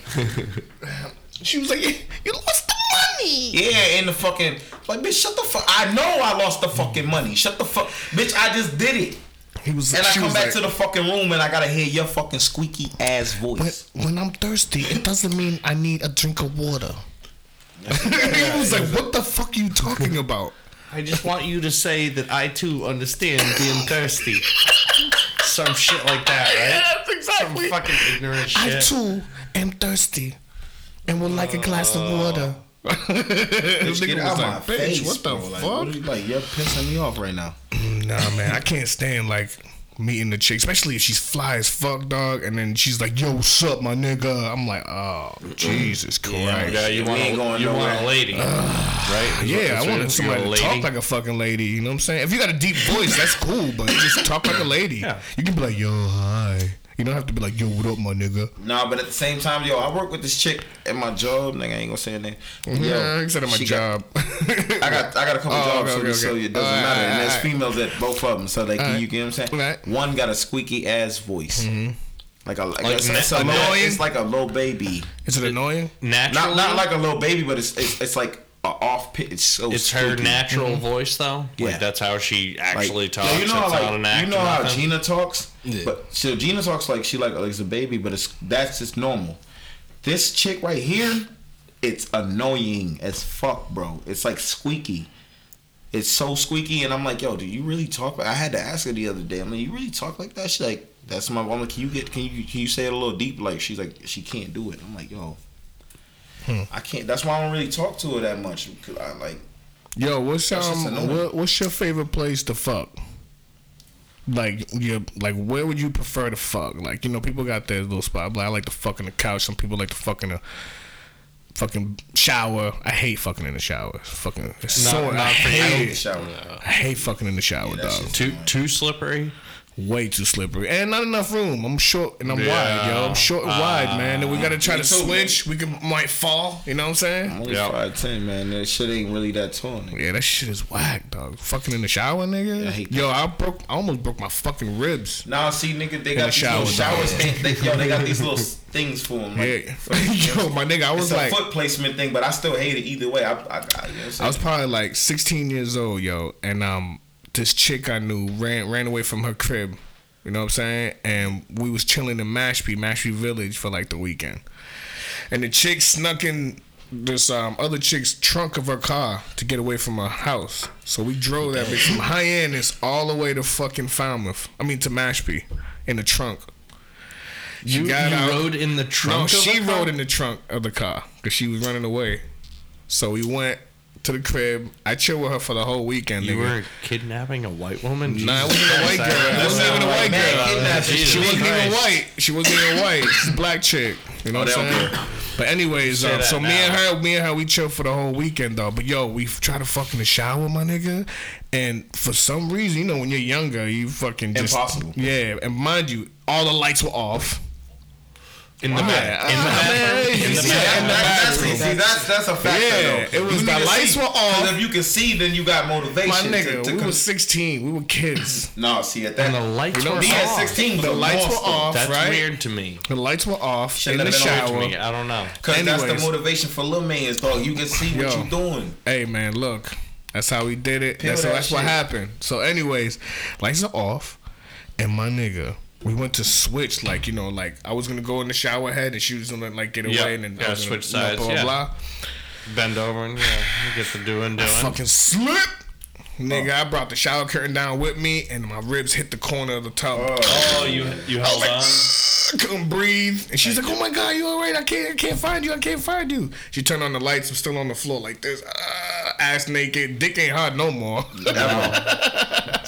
D: She was like, you lost the money.
E: Yeah, and the fucking like, bitch, shut the fuck. I know I lost the fucking money. Shut the fuck, bitch. I just did it,
D: He was,
E: and I
D: she
E: come
D: was
E: back
D: like,
E: to the fucking room and I gotta hear your fucking squeaky ass voice.
A: When I'm thirsty, it doesn't mean I need a drink of water.
D: he was like, what the fuck are you talking about?
B: I just want you to say that I too understand being thirsty. Some shit like that, right?
A: That's exactly.
B: Some fucking ignorant shit.
A: I too am thirsty and would like a glass of water.
D: This nigga
E: Uh, Get
D: was
E: out my
D: like, bitch,
E: face,
D: what the
E: bro. Like,
D: fuck?
E: what are you- Like, you're pissing me off right now.
D: Nah, man, I can't stand like meeting the chick, especially if she's fly as fuck, dog. And then she's like, "Yo, what's up, my nigga?" I'm like, "Oh, Jesus Christ."
B: Yeah,
D: Yeah.
B: you
E: We
B: want
E: ain't
B: a,
E: going
B: you want
E: nowhere.
B: a lady, right?
D: I
B: You
D: wanted somebody
B: a
D: to
B: lady?
D: talk like a fucking lady. You know what I'm saying? If you got a deep voice, that's cool, but just talk like a lady.
B: Yeah.
D: You can be like, "Yo, hi." You don't have to be like, "Yo, what up, my nigga?"
E: Nah, but at the same time, yo, I work with this chick at my job. Nigga, I ain't gonna say her name. Yo,
D: yeah, except at my
E: she got-
D: job. I
E: I got I got a couple
D: Oh,
E: jobs,
D: okay,
E: so,
D: okay,
E: so
D: okay.
E: it doesn't
D: Alright,
E: matter. and there's
D: alright.
E: females at both of them, so like
D: Alright.
E: you get what I'm saying.
D: Alright.
E: One got a squeaky ass voice, like a like, it's, it's a
D: annoying?
E: low, it's like a low baby.
D: Is it annoying?
B: Naturally,
E: Not not like a little baby, but it's it's, it's like a off pitch. It's so
B: it's her
E: squeaky.
B: natural voice, though.
E: Yeah.
B: Like that's how she
E: Like,
B: actually
E: yo,
B: talks.
E: You know
B: it's
E: how
B: not an
E: like
B: act
E: you
B: or
E: know how
B: nothing.
E: Gina talks,
F: Yeah.
E: but so Gina talks like she like like it's a baby, but it's that's just normal. This chick right here, it's annoying as fuck, bro. It's like squeaky. It's so squeaky, and I'm like, yo, do you really talk? like- I had to ask her the other day. I'm like, you really talk like that? She's like, that's my. I'm like, can you get? Can you can you say it a little deep? Like, she's like, she can't do it. I'm like, yo. I can't. That's why I don't really talk to her that much. 'cause I like
D: Yo, what's
E: That's just
D: um,
E: annoying.
D: what, what's your favorite place to fuck? Like, you like, where would you prefer to fuck? Like, you know, people got their little spot. Like, I like to fuck in the couch. Some people like to fuck in the fucking shower. I hate fucking in the shower. It's Fucking, it's so
B: not
D: I
B: for you.
E: I don't
D: hate
E: get
D: it.
E: showered.
D: I hate fucking in the shower,
E: that
D: dog.
E: shit's
B: too too slippery.
D: Way too slippery and not enough room. I'm short and I'm
B: Yeah.
D: wide, yo. I'm short and wide, man. And we gotta try to
E: me too,
D: switch. We can might fall. You know what I'm saying?
E: Only
B: Yeah.
E: five ten, man. That shit ain't really that tall. Nigga.
D: Yeah, that shit is whack, dog. Fucking in the shower, nigga.
E: I hate that.
D: Yo, I broke, I almost broke my fucking ribs.
E: Nah, see, nigga, they
D: the
E: got these
D: shower,
E: little shower
D: dog.
E: things. They, yo, they got these little s- things for them. Like,
D: Yeah, yo, my nigga, I
E: It's
D: was
E: a
D: like,
E: foot placement thing, but I still hate it either way. I, I, I, you know what I'm
D: I
E: saying?
D: was probably like 16 years old, yo, and um, this chick I knew ran ran away from her crib. You know what I'm saying? And we was chilling in Mashpee, Mashpee Village for like the weekend, and the chick snuck in this um, other chick's trunk of her car to get away from her house. So we drove that bitch from Hyannis all the way to fucking Falmouth. I mean to Mashpee in the trunk.
B: You,
D: got
B: you
D: out-
B: rode in the trunk.
D: No,
B: of
D: she
B: a car?
D: rode in the trunk of the car because she was running away. So we went to the crib. I chilled with her for the whole weekend.
B: You
D: nigga.
B: were kidnapping a white woman.
D: nah, it
B: Jesus
D: wasn't a white girl.
B: Christ, I-
D: It wasn't even a white
E: Man,
D: girl.
E: kidnapped
B: Jesus
D: She wasn't even
B: Christ.
D: white. She wasn't even white. She's a black chick. You
B: Oh,
D: know what I'm saying? But anyways, um,
B: that
D: so me and
B: now.
D: her, me and her, we chilled for the whole weekend though. But yo, we try to fuck in the shower, my nigga. And for some reason, you know, when you're younger, you fucking just
E: Impossible.
D: Yeah, and mind you, all the lights were off.
B: In the
D: I'm
B: back.
D: like,
B: In the
D: ah, man,
B: bathroom. In
D: you
B: the
D: see
B: back.
D: that in the
E: that's,
D: bathroom.
E: see, that's that's a factor.
D: Yeah,
E: though.
D: it was
E: You
D: the
E: need to
D: lights
E: see,
D: were
E: 'cause
D: off.
E: If you can see, then you got motivation.
D: My
E: to,
D: nigga,
E: to
D: we
E: con-
D: were 16. We were kids.
E: no, see at
B: And the
E: that.
B: lights
D: You know,
B: were
E: Me at
B: off.
E: 16 was
D: The
E: a
D: lights were
E: monster.
D: off,
B: That's
D: right?
B: weird to me.
D: The lights were off
E: Shouldn't
D: in the
E: have been on
B: To
D: shower.
B: me, I don't know.
E: Cause that's the
D: Anyways.
E: motivation for little man's dog. You can see what
D: Yo.
E: you doing.
D: Hey man, look, that's how we did it.
E: Peel
D: That's
E: that
D: that's what
E: shit.
D: happened. So, anyways, lights are off, and my nigga, we went to switch. Like you know, like I was gonna go in the shower head, and she was gonna like get away,
B: Yeah,
D: and then I
B: yeah,
D: was gonna,
B: switch
D: you know,
B: sides,
D: blah
B: yeah.
D: blah.
B: Bend over and yeah, you get the doing doing.
D: Fucking slip. Nigga, I brought the shower curtain down with me, and my ribs hit the corner of the tub.
B: Oh, you you held on.
D: I couldn't breathe. And she's like, "Oh my god, you all right? I can't, I can't find you. I can't find you." She turned on the lights. I'm still on the floor like this, Ah, ass naked. Dick ain't hard no more.
E: That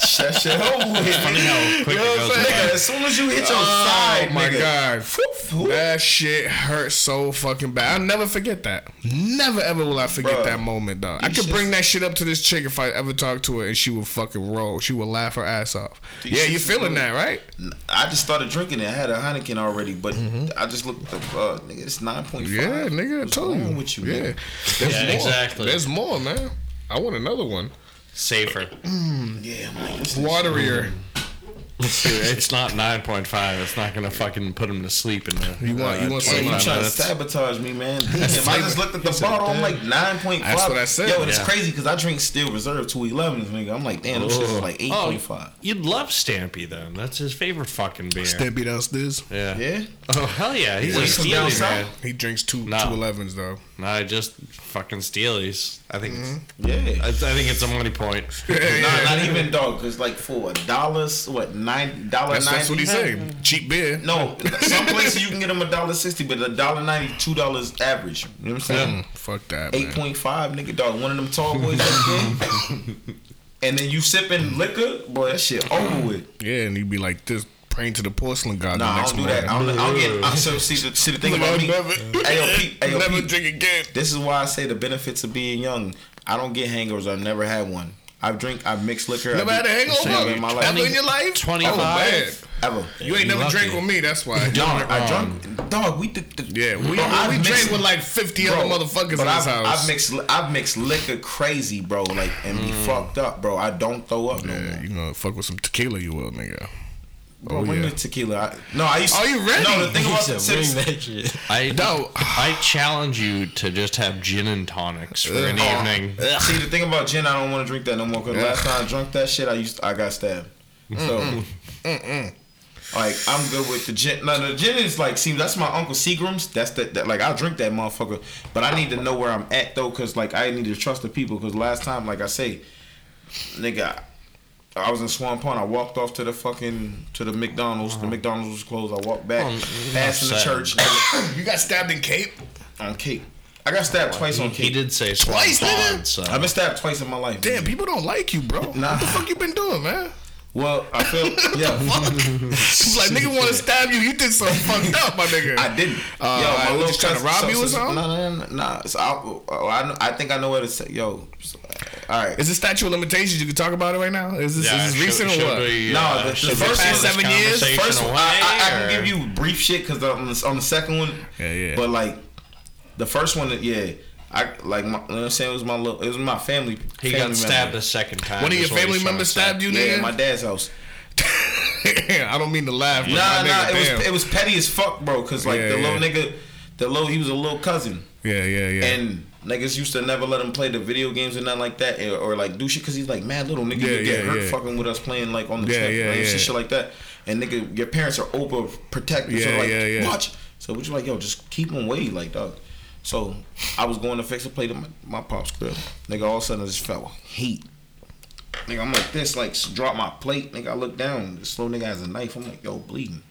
E: shit over with.
B: Funny how quick
E: You know
B: it
E: what
B: goes
E: I'm saying?
B: by.
E: As soon as you hit your
D: Oh
E: side,
D: my
E: nigga.
D: god, that shit hurt so fucking bad. I'll never forget that. Never ever will I forget
E: Bruh.
D: that moment, dog. I could bring that shit up to this chick if I ever talked to her, and she would fucking roll. She would laugh her ass off. yeah,
E: shits
D: you
E: is
D: feeling
E: good.
D: that, right?
E: I just started drinking it. I had a Heineken already, but I just looked at the uh, nigga. It's nine point five.
D: Mm-hmm. Yeah, nigga, I
E: What's
D: told
E: wrong
D: you.
E: with you?
D: yeah,
E: nigga?
D: There's
B: Yeah,
D: more.
B: exactly.
D: There's more, man. I want another one.
B: Safer.
E: yeah. I'm like, this is-
D: Waterier.
B: it's not 9.5. It's not going to fucking put him to sleep in the.
D: You want? Uh, You want
E: Hey,
D: some?
E: you
D: of
E: trying to
D: that?
E: sabotage me, man? Damn, I just looked at the bottle. I'm like nine point five.
D: That's what I said.
E: Yo, and it's
B: Yeah.
E: crazy because I drink Steel Reserve two elevens, nigga. I'm like, damn, this shit's like eight
B: Oh,
D: E
E: point five.
B: you'd love Stampy then. That's his favorite fucking beer.
D: Then be downstairs.
B: yeah.
E: Yeah,
B: Oh hell yeah, he's
E: Yeah.
B: a
E: From down
B: Steely man.
E: south?
D: He drinks two
B: No.
D: two elevens though.
B: No, just fucking Steelies. I think.
E: yeah.
D: Mm-hmm.
B: It's, I, I think it's a money point.
E: Nah, not even dog. Cause like for a dollar, what nine dollar
D: That's,
E: ninety?
D: that's what he said. Cheap beer.
E: mm. No, some places you can get them a dollar sixty, but a dollar ninety, two dollars average. You know what I'm saying?
D: Mm, Fuck that.
E: Eight
D: Man.
E: point five, nigga, dog. One of them tall boys. up there. and then you sipping liquor, boy, that shit over with.
D: Yeah, and you'd be like this, praying to the porcelain god.
E: Nah,
D: the
E: I
D: next
E: don't do that. I
D: morning.
E: don't, I don't get. I so see the see the thing
D: Look,
E: about
D: I'll
E: me.
D: never-
E: Hey, yo, peep, hey, yo,
D: Never
E: peep.
D: drink again.
E: This is why I say the benefits of being young. I don't get hangovers. I've never had one. I've drink. I've mixed liquor.
D: Never had a hangover
E: in my
D: ever in
E: life.
D: your life.
B: 25?
D: Oh, man.
E: Ever.
D: You ain't never drank with me. That's why.
E: Dog, I drunk. Dog, we did. The,
D: Yeah, we,
E: Bro,
D: we
E: I've
D: drank
E: mixed-
D: with like fifty other motherfuckers in this
E: but I've,
D: house. Mm.
E: I've mixed, I've mixed liquor crazy, bro. Like and be fucked up, bro. I don't throw up no
D: Oh, yeah,
E: more.
D: you gonna fuck with some tequila, you will, nigga.
E: Bro,
D: oh,
E: when
D: yeah.
E: the tequila, I, no, I used.
D: Are you ready?
E: No, the thing about
F: He said,
E: since,
F: "Bring that shit."
B: I
D: No.
B: I challenge you to just have gin and tonics for an
E: Oh.
B: evening.
E: see the thing about gin, I don't want to drink that no more. Cause last time I drank that shit, I used, I got stabbed. So. Like I'm good with the gin. No, the gin is like, see, that's my uncle Seagram's. That's that. that like I'll drink that motherfucker, but I need to know where I'm at though, cause like I need to trust the people. Cause last time, like I say, nigga, I was in Swan Pond. I walked off to the fucking to the McDonald's.
B: Uh-huh.
E: The McDonald's was closed. I walked back, passing the
B: Oh, sad.
E: church
D: You got stabbed in Cape.
E: on cake. I got stabbed twice on
B: He
E: cake.
B: did say swan
D: Twice, nigga?
B: pond, so.
E: I've been stabbed twice in my life.
D: Damn, people don't like you, bro.
E: Nah.
D: What the fuck you been doing, man?
E: Well, I feel yeah.
D: Fuck. like nigga want to stab you. You did something fucked up, my nigga.
E: I didn't.
D: Uh, I was just trying to rob you or something?
E: No, no, no, no. So I, oh, I, know- I think I know where to say. Yo, so, all right.
D: Is it statute of limitations? You can talk about it right now. Is this,
B: Yeah,
D: is this
B: should-
D: recent
B: should
D: or what?
B: we,
E: No,
B: uh,
E: the- the
B: should we
E: first
B: put
E: one,
B: this
D: seven years,
B: conversation
E: First one, I, I, I
B: away,
E: can
B: or-
E: give you brief shit because on the, on the second one.
D: Yeah, yeah.
E: But like, the first one, yeah. I like my, you know what I'm saying it was my little, it was my family.
B: He
E: family
B: got stabbed
E: member.
B: a second time.
D: One of your
B: is what he's
D: family
B: trying to
D: members
B: say.
D: stabbed you,
E: Yeah,
D: nigga.
E: my dad's house.
D: I don't mean to laugh. But
E: Nah,
D: my
E: nah,
D: nigga,
E: it
D: damn.
E: was it was petty as fuck, bro. Cause like
D: Yeah,
E: the little
D: yeah.
E: nigga, the little he was a little cousin.
D: yeah, yeah, yeah.
E: And niggas used to never let him play the video games and nothing like that, or, or like do shit because he's like mad little nigga.
D: Yeah,
E: you get
D: yeah,
E: hurt
D: yeah.
E: fucking with us playing like on the
D: Yeah,
E: yeah,
D: yeah,
E: and
D: yeah.
E: shit, shit like that. And nigga, your parents are overprotective.
D: Yeah,
E: so like,
D: yeah, yeah.
E: watch. So we just like, yo, just keep him away, like dog. So I was going to fix a plate at my, my pop's crib. Nigga, all of a sudden I just felt heat. Nigga, I'm like this, like s- drop my plate. Nigga, I look down. This little nigga has a knife. I'm like, yo, bleeding.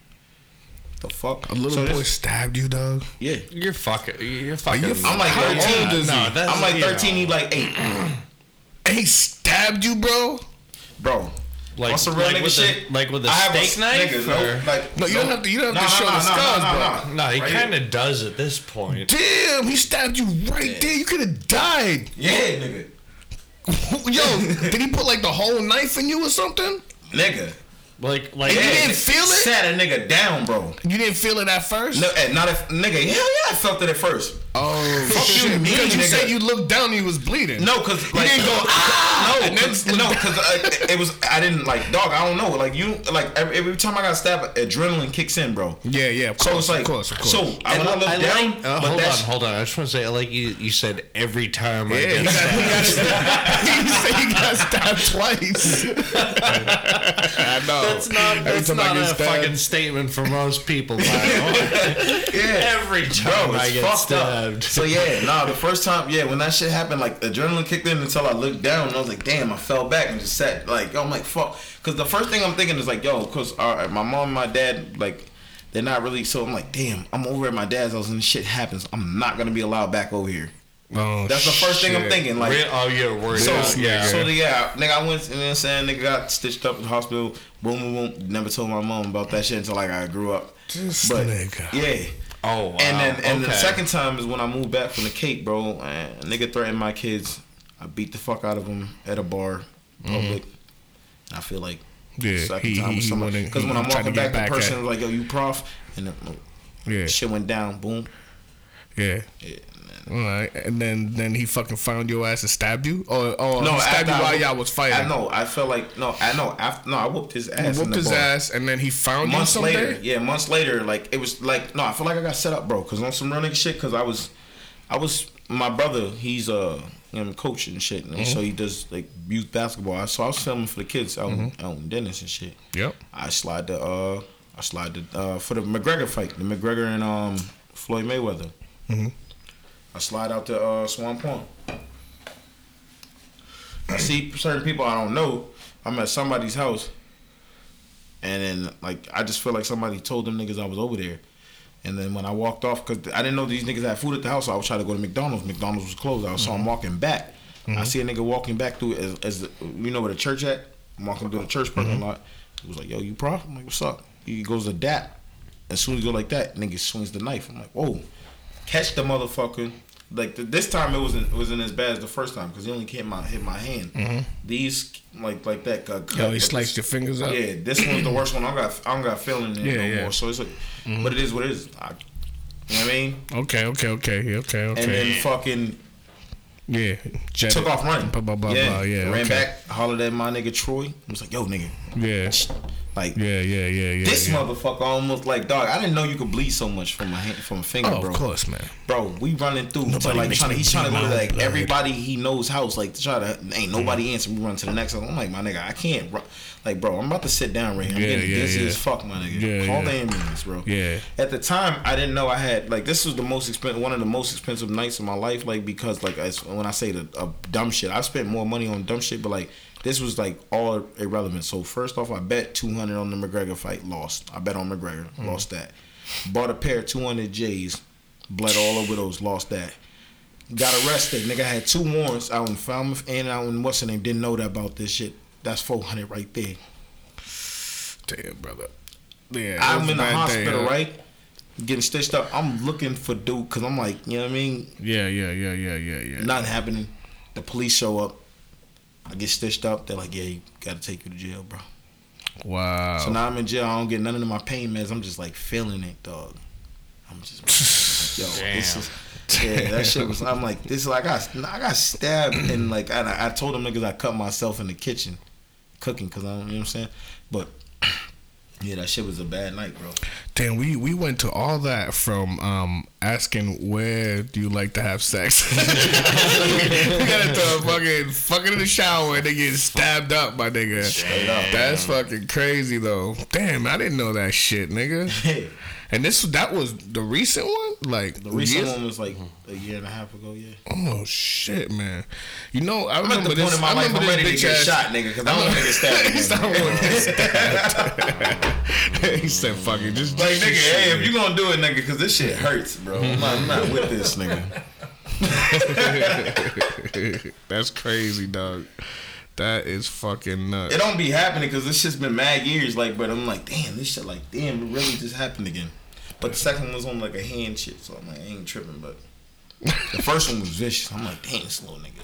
E: The fuck?
D: a little
E: So
D: boy
E: this-
D: stabbed you, dog.
E: Yeah.
B: You're fucking. You're fucking.
D: you
E: I'm like
D: How old
E: 13.
D: is he?
B: No, that's-
E: I'm like
B: you know.
E: 13. He like eight.
D: He stabbed you, bro.
E: bro.
B: Like-
E: on some
B: like with the- like with the
E: I have
B: steak knife,
E: nigga,
B: or-
E: no, like,
D: No, you don't have to- you don't have to show the scars, bro.
B: no, he
E: Right
B: kind of does at this point.
D: Damn, he stabbed you right there. You could have died.
E: Yeah, nigga,
D: Yo, did he put like the whole knife in you or something?
E: nigga.
B: Like, like.
D: You
E: Yeah,
D: didn't
E: nigga.
D: feel it?
E: Sat a nigga down, bro.
D: You didn't feel it at first.
E: No, and not if nigga. Hell yeah, I felt it at first.
D: Oh
E: Fuck you,
D: shit!
E: me,
D: because you
E: nigga.
D: said you looked down and you was bleeding.
E: No, cause like,
D: didn't go, "Ah!"
E: No,
D: and then
E: cause, no, cause I, it was I didn't like dog. I don't know. Like you, like every, every time I got stabbed, adrenaline kicks in, bro.
D: Yeah, yeah. Of
E: So
D: course,
E: it's like,
D: of course, of course.
E: so I, when I look down,
B: like, uh,
E: but
B: hold on,
E: that's
B: hold on. I just want to say, like you, you said every time I
D: Yeah,
B: get
D: he got, he got stabbed. he said he got stabbed twice. I know.
B: That's not,
D: Every
B: that's
D: time I
B: not a
D: get stabbed-
B: fucking statement for most people. Lyle. Every time
E: Bro,
B: I
E: it's
B: get
E: fucked up.
B: stabbed.
E: So yeah, nah, the first time, yeah, when that shit happened, like adrenaline kicked in until I looked down and I was like, damn, I fell back and just sat like, yo, I'm like, fuck, because the first thing I'm thinking is like, yo, cause all right, my mom and my dad like. They're not really so. I'm like, damn. I'm over at my dad's house and shit happens. I'm not gonna be allowed back over here.
D: Oh,
E: That's the first thing I'm
D: shit.
E: thinking. Like,
B: Real, oh, you're worried.
E: so,
B: about-
D: yeah.
E: so yeah, nigga, I went, you know what I'm saying? Nigga got stitched up in the hospital. Boom, boom, boom. Never told my mom about that shit until like I grew up.
D: This
E: But,
D: nigga.
E: yeah.
B: Oh, wow.
E: And then, and the
B: Okay.
E: second time is when I moved back from the Cape, bro. And a nigga threatened my kids. I beat the fuck out of them at a bar, public. I feel like
D: Mm-hmm. Yeah,
E: second
D: he-
E: time
D: he-
E: was
D: he
E: someone
D: wanted-
E: because
D: he
E: when I'm
D: tried to
E: walking
D: get
E: back, the
D: back
E: person
D: at-
E: was like, "Yo, you prof," and the,
D: Yeah,
E: shit went down. Boom.
D: yeah. All right, and then then he fucking found your ass and stabbed you, or or
E: No,
D: he stabbed
E: after
D: you
E: I
D: while
E: whoop-
D: y'all was fighting.
E: I know. I felt like no. I know. After no, I whooped his
D: He
E: ass. in
D: whooped
E: the
D: his
E: bar.
D: ass, and then he found
E: Months
D: you someday.
E: later, yeah, months later, like it was like no, I feel like I got set up, bro, because on some real nigga shit, because I was, I was my brother. He's uh, him coach and shit, and so he does like youth basketball. I- So I was filming for the kids out, out in Dennis and shit.
D: Yep.
E: I slide the uh, I slide the uh for the McGregor fight, the McGregor and um Floyd Mayweather. I slide out to uh, Swan Pond. I see certain people I don't know. I'm at somebody's house, and then like I just feel like somebody told them niggas I was over there. And then when I walked off, cause I didn't know these niggas had food at the house, so I was trying to go to McDonald's. McDonald's was closed. I
D: Mm-hmm.
E: saw him walking back. I see a nigga walking back through as, as you know where the church at. I'm walking through the church parking
D: Mm-hmm.
E: lot. He was like, "Yo, you prof?" I'm like, "What's up?" He goes to dap. As soon as you go like that, nigga swings the knife. I'm like, "Whoa!" catch the motherfucker. Like th this time it wasn't it wasn't as bad as the first time because he only hit my hit my hand. These like like that got cut.
D: Mm-hmm. Yo, he
E: but
D: sliced your
E: this-
D: fingers up.
E: Yeah, this one's the worst one. I don't got I don't got feeling in it
D: Yeah,
E: no
D: yeah. Mm-hmm.
E: more. So it's like, but it is what it is. I, you know what I mean?
D: Okay, okay, okay, yeah, okay, okay.
E: And then fucking
D: yeah, Jet
E: took
D: it.
E: off running.
D: Blah blah blah.
E: yeah,
D: blah. yeah
E: ran
D: okay.
E: back, hollered at my nigga Troy. I was like, yo, nigga,
D: Yeah,
E: like
D: yeah, yeah, yeah, yeah.
E: this
D: yeah.
E: motherfucker almost like dog. I didn't know you could bleed so much from a hand, from a finger,
D: Oh,
E: bro.
D: of course, man.
E: bro, we running through to
D: Nobody
E: like
D: makes
E: trying to
D: me
E: he's trying to go
D: bleed
E: to
D: my
E: like
D: blood. Mm-hmm.
E: everybody he knows house like to try to ain't nobody answering. We run to the next one. I'm like my nigga, I can't ru- like bro, I'm about to sit down right here. I'm
D: Yeah,
E: getting
D: yeah,
E: dizzy
D: yeah.
E: as fuck, my nigga.
D: Yeah,
E: Call the
D: yeah.
E: ambulance, bro.
D: Yeah.
E: At the time, I didn't know I had like this was the most expensive one of the most expensive nights of my life. Like because like as, when I say the uh, dumb shit, I spent more money on dumb shit, but like. This was like all irrelevant. So first off, I bet two hundred on the McGregor fight, lost. I bet on McGregor, lost that. Bought a pair of two hundred J's, bled all over those, lost that. Got arrested. Nigga had two warrants out in Falmouth and out in what's her name. Didn't know that about this shit. That's 400 right there.
D: Damn, brother. Yeah,
E: I'm
D: that's
E: in
D: a
E: the
D: bad thing,
E: hospital,
D: huh?
E: right? Getting stitched up. I'm looking for dude because I'm like, you know what I mean?
D: Yeah, yeah, yeah, yeah, yeah, yeah.
E: Nothing happening. The police show up. I get stitched up. They're like, yeah, you got to take you to jail, bro.
D: Wow.
E: So now I'm in jail. I don't get none of my pain meds. I'm just like feeling it, dog. I'm just, yo, this is. Yeah, that shit was. I'm like, this. is Like, I got, I got stabbed and like, I, I told them niggas I cut myself in the kitchen, cooking, cause I don't, you know what I'm saying. But yeah, that shit was a bad night, bro.
D: Damn, we we went to all that from um asking where do you like to have sex. we got into fucking fucking in the shower and they get stabbed up, my nigga. That's fucking crazy though. Damn, I didn't know that shit, nigga.
E: Yeah,
D: And this that was the recent one, like
E: the recent
D: years-
E: one was like a year and a half ago. Yeah,
D: Oh shit, man! You know, I
E: I'm at
D: remember
E: the point
D: this.
E: in my
D: I
E: life.
D: remember
E: I'm
D: this
E: ready to
D: bitch
E: get
D: ass-
E: shot, nigga, cause I don't want to get stabbed. again.
D: Stop wanting to get stabbed. he said, "Fuck it, just
E: Like nigga, hey, if you gonna do it, nigga, cause this shit hurts, bro. I'm not, I'm not with this, nigga.
D: That's crazy, dog. That is fucking nuts.
E: It don't be happening cause this shit's been mad years. Like, but I'm like, damn, this shit, like, damn, it really just happened again. But the second one was on like a hand shit, so I'm like, I ain't tripping. But the first one was vicious. I'm like, damn, this little nigga.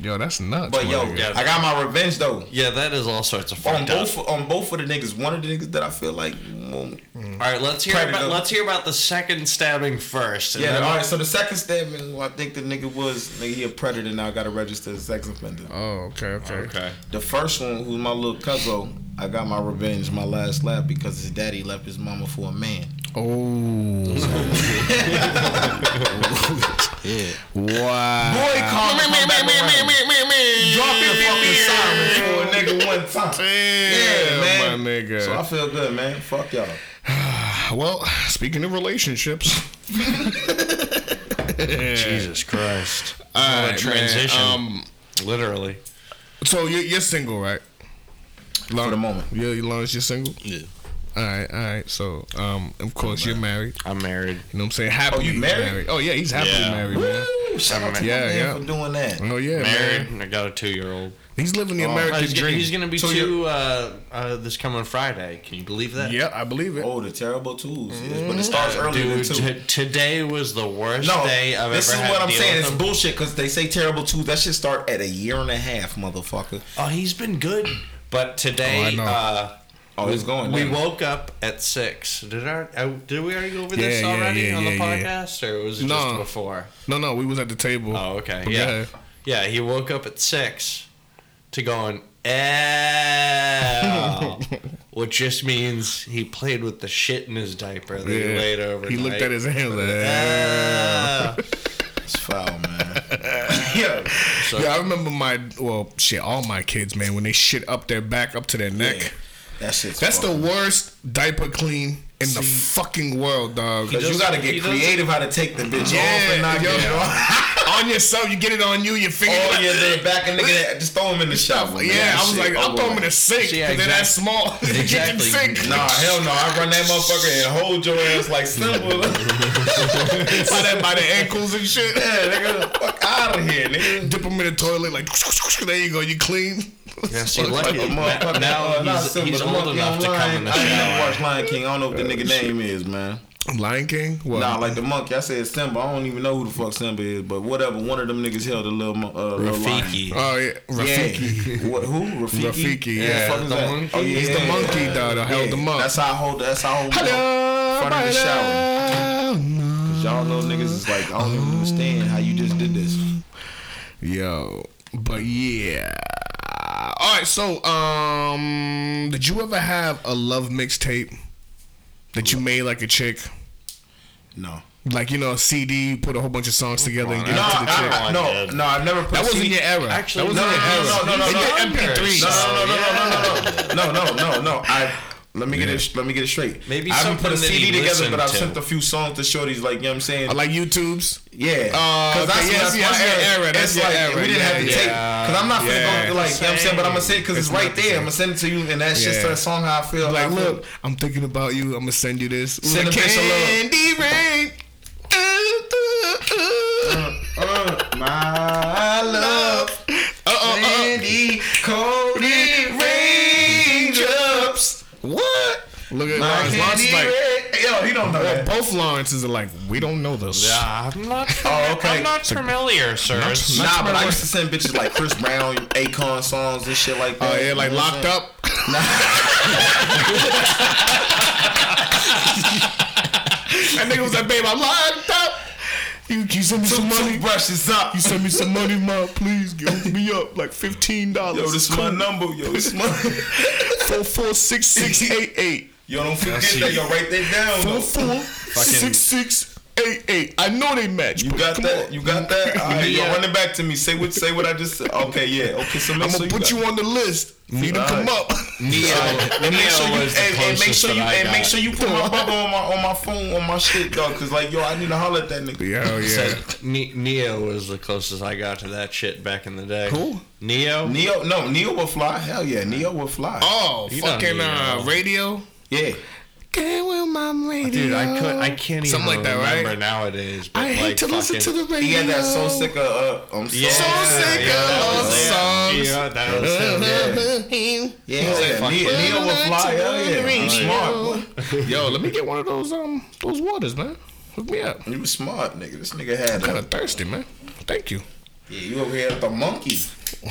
D: Yo, that's nuts.
E: But
D: my
E: yo,
D: nigga.
B: Yeah.
E: I got my revenge though.
B: Yeah, that is all sorts of
E: On
B: fucked up.
E: both, on both of the niggas, one of the niggas that I feel like, mm,
B: All right, let's hear
E: Private
B: about
E: Oak.
B: let's hear about the second stabbing first. and
E: yeah.
B: then-
E: All right, so the second statement, who I think the nigga was, nigga, he a predator now, got to register as a sex offender.
D: Oh, okay, okay.
B: Okay.
E: The first one, who's my little cousin, I got my revenge, my last lap, because his daddy left his mama for a man.
D: Oh,
F: Yeah.
D: wow.
E: Boy, call me back around. Drop your fucking sirens for a nigga one time.
D: Damn,
E: Yeah, man.
D: my nigga.
E: So I feel good, man. Fuck y'all.
D: well, speaking of relationships,
B: Jesus Christ.
D: all
B: What a
D: right,
B: transition.
D: Man, um,
B: Literally.
D: so you're, you're single, right? Long,
E: For the moment.
D: Yeah, you long as you're single.
F: Yeah.
D: All right, all right. So, um, of course you're married.
B: I'm married.
D: You know what I'm saying? Happily
E: you married?
D: Oh yeah, he's happily
B: Yeah.
D: married, man.
E: Shout out to
D: Yeah,
E: my man
D: yeah.
E: for doing that.
D: Oh yeah, man.
B: Married, and I got a two-year-old.
D: He's living the American
B: Oh, He's,
D: dream.
B: he's gonna be
D: So, yeah.
B: two uh, uh, this coming Friday. Can you believe that?
D: Yeah, I believe it.
E: Oh, the terrible tools. Yes, But it starts earlier than
B: Dude,
E: two.
B: t- today was the Mm-hmm. worst
E: No,
B: day I've
E: this
B: ever
E: is
B: had.
E: what
B: to
E: I'm
B: deal
E: saying.
B: with
E: It's
B: him.
E: bullshit because they say terrible tools. That should start at a year and a half, motherfucker.
B: Oh, he's been good, but
D: Oh, I
B: today
D: know.
B: uh,
E: Oh, it's going.
B: we
E: down.
B: woke up at six. Did our uh, did we already go over
D: Yeah,
B: this
D: yeah,
B: already
D: yeah,
B: on the
D: yeah, yeah.
B: podcast, or was it
D: No.
B: just before?
D: No, no, we was at the table.
B: Oh, okay,
D: But go
B: yeah,
D: ahead.
B: yeah. He woke up at six to going L, which just means he played with the shit in his diaper that he
D: Yeah.
B: laid over.
D: He looked at his hand like,
B: Ah.
E: It's foul, man. yeah.
D: yeah, I remember my well, shit, all my kids, man, when they shit up their back up to their neck.
E: That shit's
D: That's the
E: fucking-
D: worst diaper clean in the fucking world, dog.
E: Cause you gotta
B: he
E: get
B: doesn't-
E: creative how to take the bitch off
D: Yeah,
E: and not
D: yo.
E: get it off.
D: on yourself, you get it on you, your finger.
E: Oh yeah, they're back and nigga that- just throw him in the shower. man.
D: yeah, I was
E: Shit,
D: like, I'll
E: over
D: throw them in
E: with.
D: the sink because
B: Yeah,
D: they're that
B: exact-
D: small. The kitchen
B: Exactly.
D: sink.
E: Nah, hell no. I run that motherfucker and hold your ass like symbol.
D: by, the, by the ankles and shit.
E: yeah, nigga, fuck out of here, nigga.
D: Dip them in the toilet, like there you go, you clean.
B: Yeah, see, lucky,
E: Like
B: now,
E: a motherfucker. Uh,
B: now
E: not
B: he's,
E: Simba,
B: he's
E: the
B: old
E: monkey
B: enough
E: on
B: to come in
E: Lion-
B: the
E: I ain't never
B: shower.
E: watched Lion King. I don't know what the nigga name is, man.
D: Lion King. What?
E: Nah, like the monkey. I said Simba. I don't even know who the fuck Simba is, but whatever. One of them niggas held a little, mon- uh, little lion.
B: Rafiki.
D: oh yeah, Rafiki.
E: Yeah. What, who? Rafiki.
D: Rafiki,
E: the
D: yeah.
E: fuck is
B: The
E: that?
B: monkey?
E: Oh, yeah,
D: He's the
E: yeah,
D: monkey
E: yeah.
D: that held him up.
E: That's how I hold. That's how I hold.
D: Hello,
E: Front of the
D: my
E: shower.
D: love.
E: Y'all know niggas is like, I don't even understand how you just did this.
D: Yo, but yeah. All right, so um, did you ever have a love mixtape that you made like a chick?
E: No.
D: Like you know, a CD, put a whole bunch of songs together and give
E: No,
D: it to the chick.
E: I, no, no, I've never put
D: that wasn't
E: CD
D: your era.
B: Actually,
D: that wasn't
E: no,
D: your
E: no,
D: era.
E: no, no, no,
D: They
E: no.
D: did MP3s.
E: No, no, no, no, no, no, no, no, no, no. I let me get it. Let me get it straight.
B: Maybe
E: I haven't put a
B: something that
E: CD
B: he
E: together,
B: listened
E: but I've
B: to.
E: sent a few songs to shorties. Like you know what I'm saying?
D: I like YouTube's.
E: yeah,
D: Uh, okay, yes, yes,
E: my
D: your era, that's
E: It's
D: your
E: like
D: era,
E: we didn't
D: yeah,
E: have to
D: yeah.
E: take because I'm not finna
D: Yeah.
E: go like you know what I'm saying. But I'm gonna say because it's,
D: It's
E: right
D: not the
E: there.
D: same.
E: I'm gonna send it to you, and that's just
D: Yeah.
E: a song how I feel.
D: Like,
E: how I feel.
D: look, I'm thinking about you. I'm gonna send you this.
E: Send
D: Ooh,
E: a bitch a love.
D: candy rain. Uh
E: Uh, my love, Uh.
D: oh.
E: Andy, Cody, raindrops. What?
D: Look at
E: My
D: Lawrence. Lawrence is like,
E: candy rain- Yo, he don't know that.
D: both Lawrences are like, we don't know this.
B: Yeah, Uh, I'm not.
E: Oh, okay.
B: I'm not familiar, sir.
E: Nah, but I used to send bitches like Chris Brown, Akon songs and shit like
D: Oh
E: that.
D: yeah, like
E: You know what I'm
D: locked up. that nigga was like, babe, I'm locked up. You, you send me some
E: saying?
D: money.
E: Toothbrushes up.
D: You send me some money, ma. Please give me up like fifteen dollars.
E: Yo, this is my number. Yo, this is my.
D: four four six six eight eight.
E: Yo, don't forget that. Yo, write that down.
D: Four
E: though.
D: four six six eight eight. I know they match.
E: You
D: but
E: got
D: come
E: that?
D: on.
E: You got that? All right, yo,
B: Yeah.
E: run it back to me. Say what? Say what I just said. Okay, yeah. Okay, so make
D: I'm
E: sure
D: gonna put
E: got-
D: you on the list. Need to come up.
B: Neo,
E: And
B: Neo
E: make sure you,
B: was the
E: and, and make
B: closest
E: sure you,
B: that I
E: and make
B: got.
E: sure you put my brother on my on my phone on my shit, dog. Cause like, yo, I need to holler at that nigga.
D: Yeah, yeah.
B: Said Ne- Neo was the closest I got to that shit back in the day. Who? Neo.
E: Neo, no, Neo will fly. Hell yeah, Neo will fly.
D: Oh,
B: You don't
D: fucking
B: need
D: uh,
B: no-
D: radio.
E: Yeah.
D: Can will mom radio.
B: Dude, I could. I can't even
D: Something like that, right?
B: remember nowadays. But
D: I hate
B: like
D: to listen to
B: fucking-
D: the radio.
E: He had that so sick of, uh, I'm so
B: Yeah,
D: So sick
B: yeah,
D: of
B: that
D: love
B: was it.
D: songs.
B: Yeah, that
D: Uh-huh,
B: was it.
E: Yeah, yeah.
B: fuck
E: Neo,
B: it.
E: Neo will fly. Hell yeah, you smart.
D: Yo, let me get one of those um those waters, man. Hook me up.
E: You was smart, nigga. This nigga had.
D: Kind
E: A,
D: of thirsty, man. Thank you.
E: yeah, you over here at the monkey.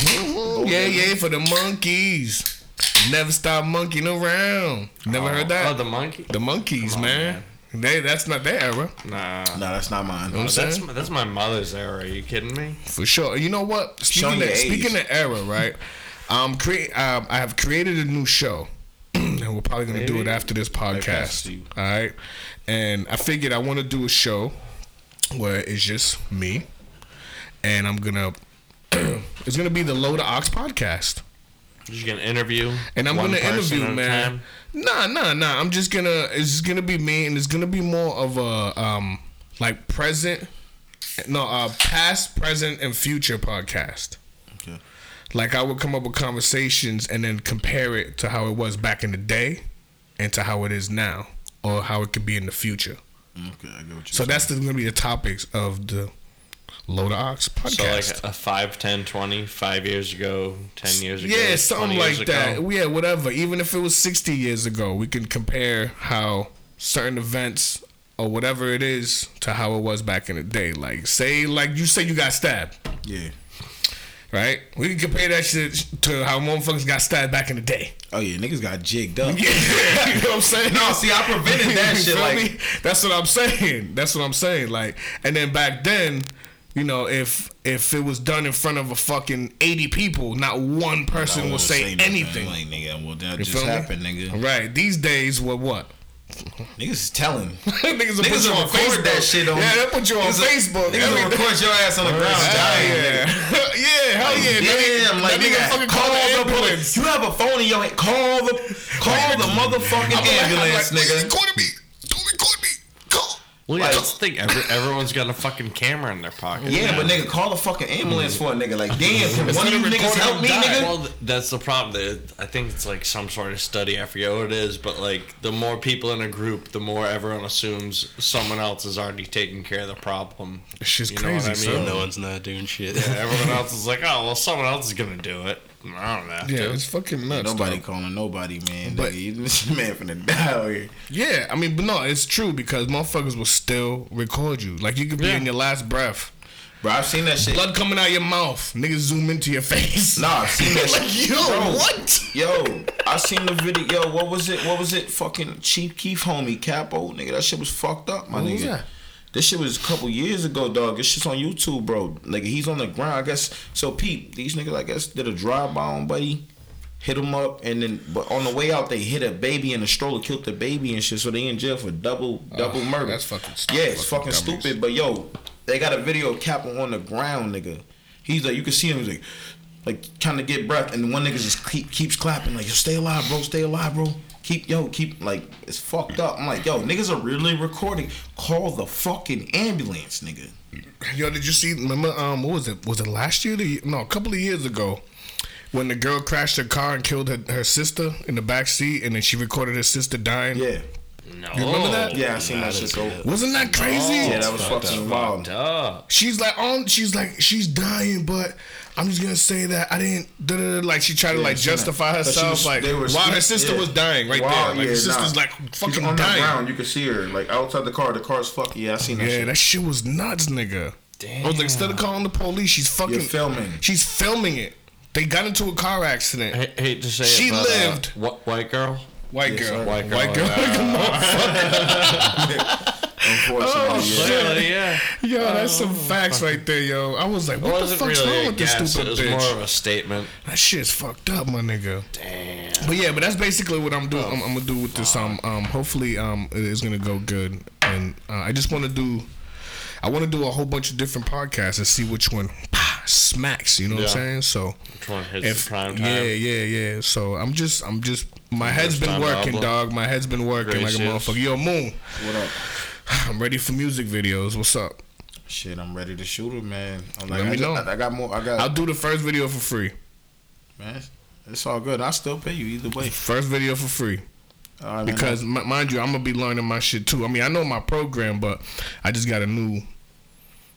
D: Yeah, yeah, for the monkeys. Never stop monkeying around. Never heard
B: Oh,
D: that.
B: the monkey.
D: the monkeys, man. They that's not their era.
B: Nah.
E: No, that's not mine.
D: I'm
B: That's
D: saying?
B: my, that's my mother's era. Are you kidding me?
D: For sure. You know what?
E: Show
D: Speaking
E: your
D: of,
E: age.
D: speaking of era, right? Um, create. Um, I have created a new show, and we're probably gonna do it after this podcast. All right. And I figured I want to do a show where it's just me, and I'm gonna. it's gonna be the Low to Ox podcast.
B: You're gonna interview.
D: And I'm
B: one
D: gonna
B: person
D: interview,
B: at a
D: man.
B: time?
D: Nah, nah, nah. I'm just gonna. It's just gonna be me, and it's gonna be more of a um, like present, no, uh, past, present, and future podcast.
E: Okay.
D: Like I would come up with conversations and then compare it to how it was back in the day, and to how it is now, or how it could be in the future.
E: Okay, I get what you.
D: So that's the, gonna be the topics of the Load of Ox
B: So
D: podcast.
B: like a 5, 10, 20, 5 years ago, 10 years ago.
D: yeah, something
B: 20 years
D: like that.
B: ago.
D: Yeah, whatever. Even if it was 60 years ago, we can compare how certain events or whatever it is to how it was back in the day. Like, say, like you say you got stabbed,
E: Yeah.
D: right? We can compare that shit to how motherfuckers got stabbed back in the day.
E: Oh yeah, niggas got jigged up.
D: you know what I'm saying?
E: No, see, I prevented that
D: You
E: shit.
D: feel
E: Like,
D: me? that's what I'm saying. That's what I'm saying. Like, and then back then, you know, if if it was done in front of a fucking 80 people, not one person will
E: won't
D: say,
E: say nothing.
D: anything.
E: Like, nigga, well that just
D: feel me?
E: happened, nigga.
D: Right. These days, what what?
E: Niggas is telling.
D: niggas will put
E: Niggas
D: you
E: will
D: on
E: record
D: Facebook.
E: that shit on.
D: yeah, they put you on
E: Niggas will-
D: Facebook.
E: Niggas will
D: Everything.
E: record your ass on the ground dying.
D: Hell
E: nigga.
D: yeah, yeah, hell yeah.
E: Damn,
D: that, that
E: like
D: nigga fucking call the ambulance.
E: You have a phone in your hand. Call the call the motherfucking ambulance, nigga.
D: Record me. Don't record me. Call.
B: Well, yeah, that's the thing. Every, everyone's got a fucking camera in their pocket.
E: Yeah,
B: now.
E: but nigga, call the fucking ambulance for a nigga. Like, damn, can one of
D: gonna
E: you niggas
D: record
E: help
D: him
E: me,
D: die.
E: nigga?
B: Well, th- that's the problem. There- I think it's like some sort of study. I forget what it is, but like the more people in a group, the more everyone assumes someone else is already taking care of the problem.
D: It's just
B: You know what
D: crazy.
B: I mean?
D: son.
F: No one's not doing shit.
B: Everyone else is like, oh well, someone else is gonna do it. I don't know.
D: Yeah, it's fucking nuts.
E: Nobody
D: dog.
E: calling nobody, man.
D: But-
E: But this man finna die out here.
D: Yeah, I mean, but no, it's true because motherfuckers will still record you. Like you could be
B: Yeah.
D: in your last breath,
E: Bro, I've seen that shit.
D: blood coming out your mouth, niggas zoom into your face.
E: Nah, I've seen that shit.
D: yo,
E: Bro,
D: what?
E: Yo, I seen the video. Yo, what was it? What was it? Fucking Chief Keef, homie, Capo, nigga. That shit was fucked up, my
D: Who
E: nigga.
D: was that?
E: This shit was a couple years ago, dog. This shit's on YouTube, bro. Nigga, he's on the ground. I guess so. Peep, these niggas, I guess, did a drive by on buddy, hit him up, and then but on the way out they hit a baby in a stroller, killed the baby and shit. So they in jail for double double murder.
D: that's fucking stu-
E: Yeah, it's
D: fucking
E: fucking,
D: dummies.
E: stupid. But yo, they got a video of Capo on the ground, nigga. He's like, you can see him. He's like, like trying to get breath, and one nigga just keep, keeps clapping like, yo, stay alive, bro, stay alive, bro. Keep yo, keep like it's fucked up. I'm like, yo, niggas are really recording. Call the fucking ambulance, nigga.
D: Yo, did you see? Remember, um, what was it? Was it last year? The, year- no, a couple of years ago, when the girl crashed her car and killed her, her sister in the back seat, and then she recorded her sister dying.
E: Yeah,
B: No.
D: remember that?
E: yeah, I seen that shit go.
D: Wasn't that crazy?
E: Yeah, that was fucking wild.
B: Duh.
D: She's like, um, she's like, she's dying, but I'm just gonna say that I didn't. Da, da, da, like she tried to like
E: I've seen that.
D: justify
E: But she
D: herself,
E: was-
D: like
E: they were
D: while her
E: sneak-
D: sister
E: yeah.
D: was dying right
E: Wow,
D: there. Like her
E: yeah,
D: sister's
E: nah.
D: like
E: She's
D: fucking
E: on the
D: dying.
E: ground. You can see her like outside the car. The car's fucked. Yeah, I seen that.
D: Yeah,
E: shit.
D: that shit was nuts, nigga. I was like, instead of calling the police, she's fucking
E: filming.
D: She's filming it. They got into a car accident.
B: I hate to say it.
D: She
B: but, uh,
D: lived.
B: wh- white girl.
D: White
E: Yes,
D: girl.
E: sir.
D: White
B: White
D: girl.
B: girl.
D: Oh,
E: unfortunately. yeah.
B: Really, yeah.
D: Yo, that's
E: Oh,
D: some facts right there, yo. I was like,
B: It
D: what the
B: wasn't
D: fuck's
B: really
D: wrong
B: a
D: with this
B: guess. It
D: stupid
B: was
D: bitch?
B: more of a statement.
D: That shit's fucked up, my nigga. Damn. But yeah, but that's basically what I'm doing.
B: Oh,
D: I'm, I'm gonna do with this. Um, um, hopefully, um, it is gonna go good. And uh, I just want to do, I want to do a whole bunch of different podcasts and see which one pah, smacks. You know what I'm
B: Yeah.
D: saying? So
B: Which one hits
D: if
B: the prime time?
D: yeah, yeah, yeah. So I'm just, I'm just, my head's been
B: time
D: working,
B: album.
D: dog. My head's been working like a
B: Gracious.
D: motherfucker. Yo, Moon,
E: What up?
D: I'm ready for music videos. What's up?
E: Shit, I'm ready to shoot her, man. I'm
D: Let
E: like,
D: me
E: I, just-
D: know.
E: I, I got more. I got.
D: I'll do the first video for free.
E: man, it's all good. I still pay you either way.
D: First video for free.
E: All right, man.
D: Because m- mind you, I'm gonna be learning my shit too. I mean, I know my program, but I just got a new,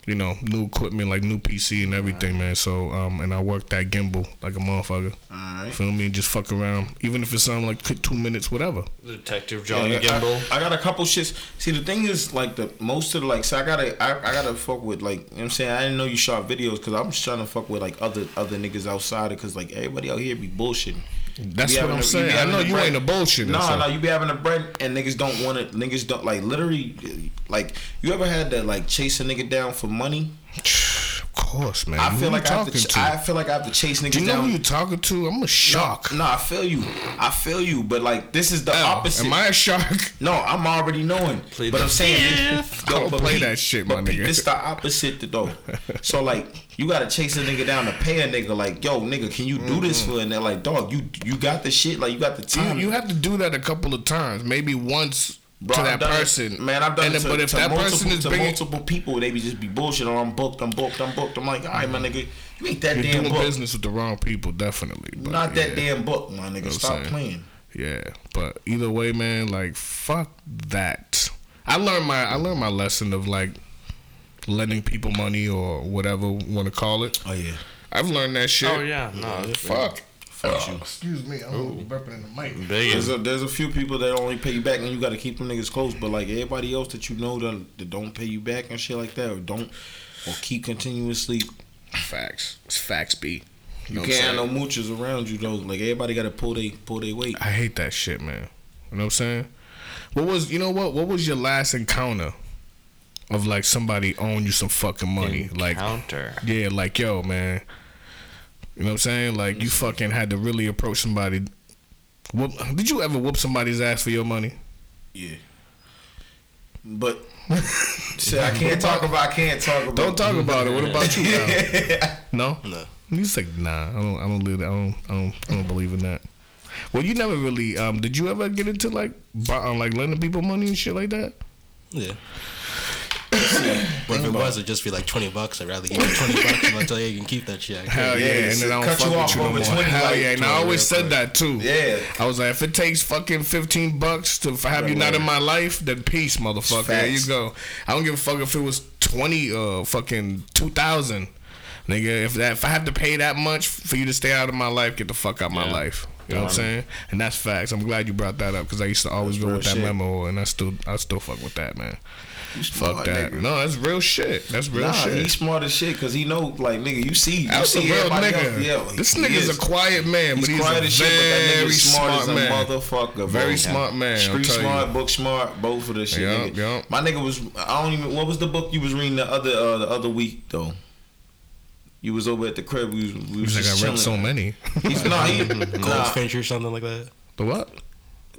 D: you know, new equipment like new PC and everything, man. So um, and I work that gimbal like a motherfucker.
E: All right.
D: Feel me? Just fuck around, even if it's something like t- two minutes, whatever.
B: Detective John
E: Yeah, I-
B: Gimble.
E: I, I got a couple shits. See, the thing is, like the most of the like, so I gotta, I, I gotta fuck with like, you know what I'm saying, I didn't know you shot videos because I'm just trying to fuck with like other other niggas outside because like everybody out here be bullshitting.
D: That's
E: be
D: what I'm
E: having a- you
D: saying.
E: be
D: I
E: having
D: know
E: a
D: you
E: bread-
D: ain't a bullshit.
E: No,
D: so.
E: no, you be having a bread and niggas don't want it. Niggas don't like literally, like you ever had to like chase a nigga down for money?
D: Of course, man.
E: I feel like I have
D: talking
E: to,
D: to.
E: ch- I feel like I have to chase niggas
D: Do you know
E: down.
D: who you talking to? I'm a shark.
E: No, I feel you. I feel you, but like this is the
D: Hell,
E: opposite.
D: Am I a shark?
E: No, I'm already knowing. but I'm saying, this,
D: Don't
E: but
D: play
E: Pete,
D: that shit, my
E: but Pete,
D: nigga.
E: This the opposite though. so like, you gotta chase a nigga down to pay a nigga. Like, yo, nigga, can you do this for? And they're like, dog, you you got the shit. Like, you got the
D: You,
E: time.
D: you have to do that a couple of times, maybe once
E: Bro,
D: to
E: I've
D: that
E: done it-
D: person.
E: man, I've done
D: And
E: it
D: then-
E: to,
D: But if
E: to
D: that
E: multiple,
D: person is
E: to
D: bringing,
E: multiple people, they be just be bullshit. Or I'm booked. I'm booked. I'm booked. I'm like, all right, my nigga, you ain't that
D: You're
E: damn
D: doing
E: booked.
D: business with the wrong people, definitely. But
E: Not that
D: yeah,
E: damn booked, my nigga.
D: I'm
E: Stop
D: saying.
E: playing.
D: Yeah, but either way, man, like fuck that. I learned my I learned my lesson of like lending people money or whatever you want to call it.
E: Oh yeah.
D: I've learned that shit.
B: Oh yeah, no,
D: Fuck. Fuck you. Excuse me, I'm burping in the mic.
E: There's
B: big.
E: a, there's a few people that only pay you back, and you got to keep them niggas close. But like everybody else that you know that, that don't pay you back and shit like that, or don't, or keep continuously,
D: Facts. It's facts, B.
E: you
D: know what I'm
E: can't have
D: saying?
E: no moochers around you though. Like everybody got to pull they pull they weight.
D: I hate that shit, man. You know what I'm saying? What was you know what? What was your last encounter of like somebody owing you some fucking money? Like
B: Counter.
D: yeah, like yo, man. You know what I'm saying? Like you fucking had to really approach somebody. Whoop, did you ever whoop somebody's ass for your money?
E: Yeah. But shit, I can't talk about. I can't talk about.
D: Don't talk about it. What about you? Al?
E: Yeah.
D: No, no. He's like, nah, I don't, I don't live that. I don't, I don't, I don't believe in that. Well, you never really. Um, did you ever get into like, buy, like lending people money and shit like that?
F: Yeah. But if it was, it'd just be like twenty bucks. I'd rather give you twenty bucks and I tell you you can keep that shit. I
D: Hell
F: can't-
D: yeah,
E: Yeah,
D: and
E: so
D: then I don't
E: cut
D: fuck
E: you
D: with
E: off
D: you no
E: over
D: more.
E: 20,
D: Hell
E: like,
D: yeah, and I
E: 20
D: always
E: real
D: said
E: quick.
D: that too.
E: Yeah.
D: I was like, if it takes fucking fifteen bucks to f- have you not in my life, then peace, motherfucker. There you
E: Facts.
D: go. I don't give a fuck if it was twenty, uh, fucking two thousand, nigga. If that, if I have to pay that much for you to stay out of my life, get the fuck out my life. You know what I'm saying? And that's facts. I'm glad you brought that up because I used to always go
E: real
D: with that
E: shit.
D: memo, and I still, I still fuck with that, man. Fuck
E: smart,
D: that.
E: nigga.
D: No, that's real shit. That's real
E: Nah,
D: shit.
E: he's smart as shit because he know, like, nigga, you see, you
D: That's a
E: see
D: real
E: everybody
D: nigga.
E: else. Yeah,
D: this
E: he
D: nigga's
E: is.
D: a quiet man,
E: He's
D: but he's
E: quiet
D: a
E: as shit, but that
D: very
E: nigga's smart,
D: smart,
E: as a
D: man.
E: motherfucker. Bro.
D: Very smart man, I'll
E: Street
D: tell you.
E: smart, book smart, both of the shit.
D: Yup,
E: nigga.
D: yup.
E: My nigga was. I don't even. What was the book you was reading the other uh, the other week though? You was over at the crib. We was, we was
D: He's like, I read
E: just
D: so
E: chilling.
D: many.
E: He's not. He, nah,
F: Goldfinch or something like that.
D: but what?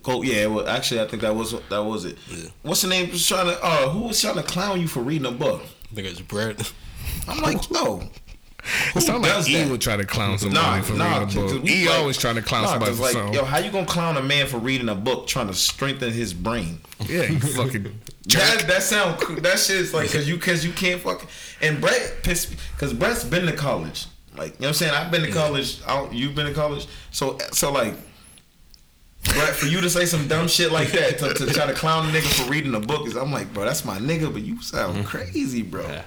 E: Cole, yeah, well, actually, I think that was that was it. What's the name? Was trying to uh, who was trying to clown you for reading a book?
F: I think it's Brett.
E: I'm like, yo, who
D: It sounded like
E: does
D: E
E: that?
D: would try to clown somebody for reading a
E: 'cause
D: book.
E: we
D: E
E: like-
D: always trying to clown
E: nah,
D: somebody
E: 'cause
D: for
E: like,
D: something.
E: Yo, how you gonna clown a man for reading a book trying to strengthen his brain?
D: yeah, you fucking jerk.
E: That that sound cr- that shit's like cause you cause you can't fucking and Brett pissed me cause Brett's been to college. Like you know what I'm saying? I've been to college. I don't, you've been to college. So so like Brett, for you to say some dumb shit like that to, to try to clown a nigga for reading a book is I'm like, bro, that's my nigga, but you
D: Mm.
E: sound crazy, bro.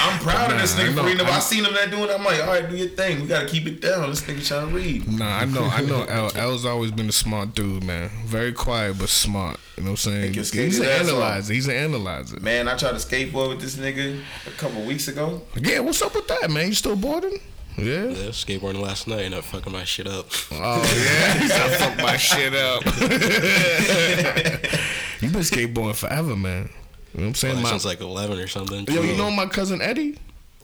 E: I'm proud of this
D: Nah,
E: nigga
D: I know,
E: for reading.
D: I-
E: I, I seen him that doing. it. I'm like, all right, do your thing. We gotta keep it down. This nigga trying to read.
D: Nah, I know, I know. L, L's always been a smart dude, man. Very quiet but smart. You know what I'm saying?
E: Think it's
D: He's an
E: his ass off.
D: analyzer. He's an analyzer.
E: Man, I tried to skateboard with this nigga a couple weeks ago.
D: Yeah, what's up with that, man? You still boarding? Yeah.
F: Yeah, skateboarding last night and I fucking my shit up.
D: Oh yeah, He said, fuck my shit up. You've been skateboarding forever, man. You know what I'm saying?
F: Like,
D: My-
F: since like eleven or something.
D: yo, you
F: 12.
D: know my cousin Eddie?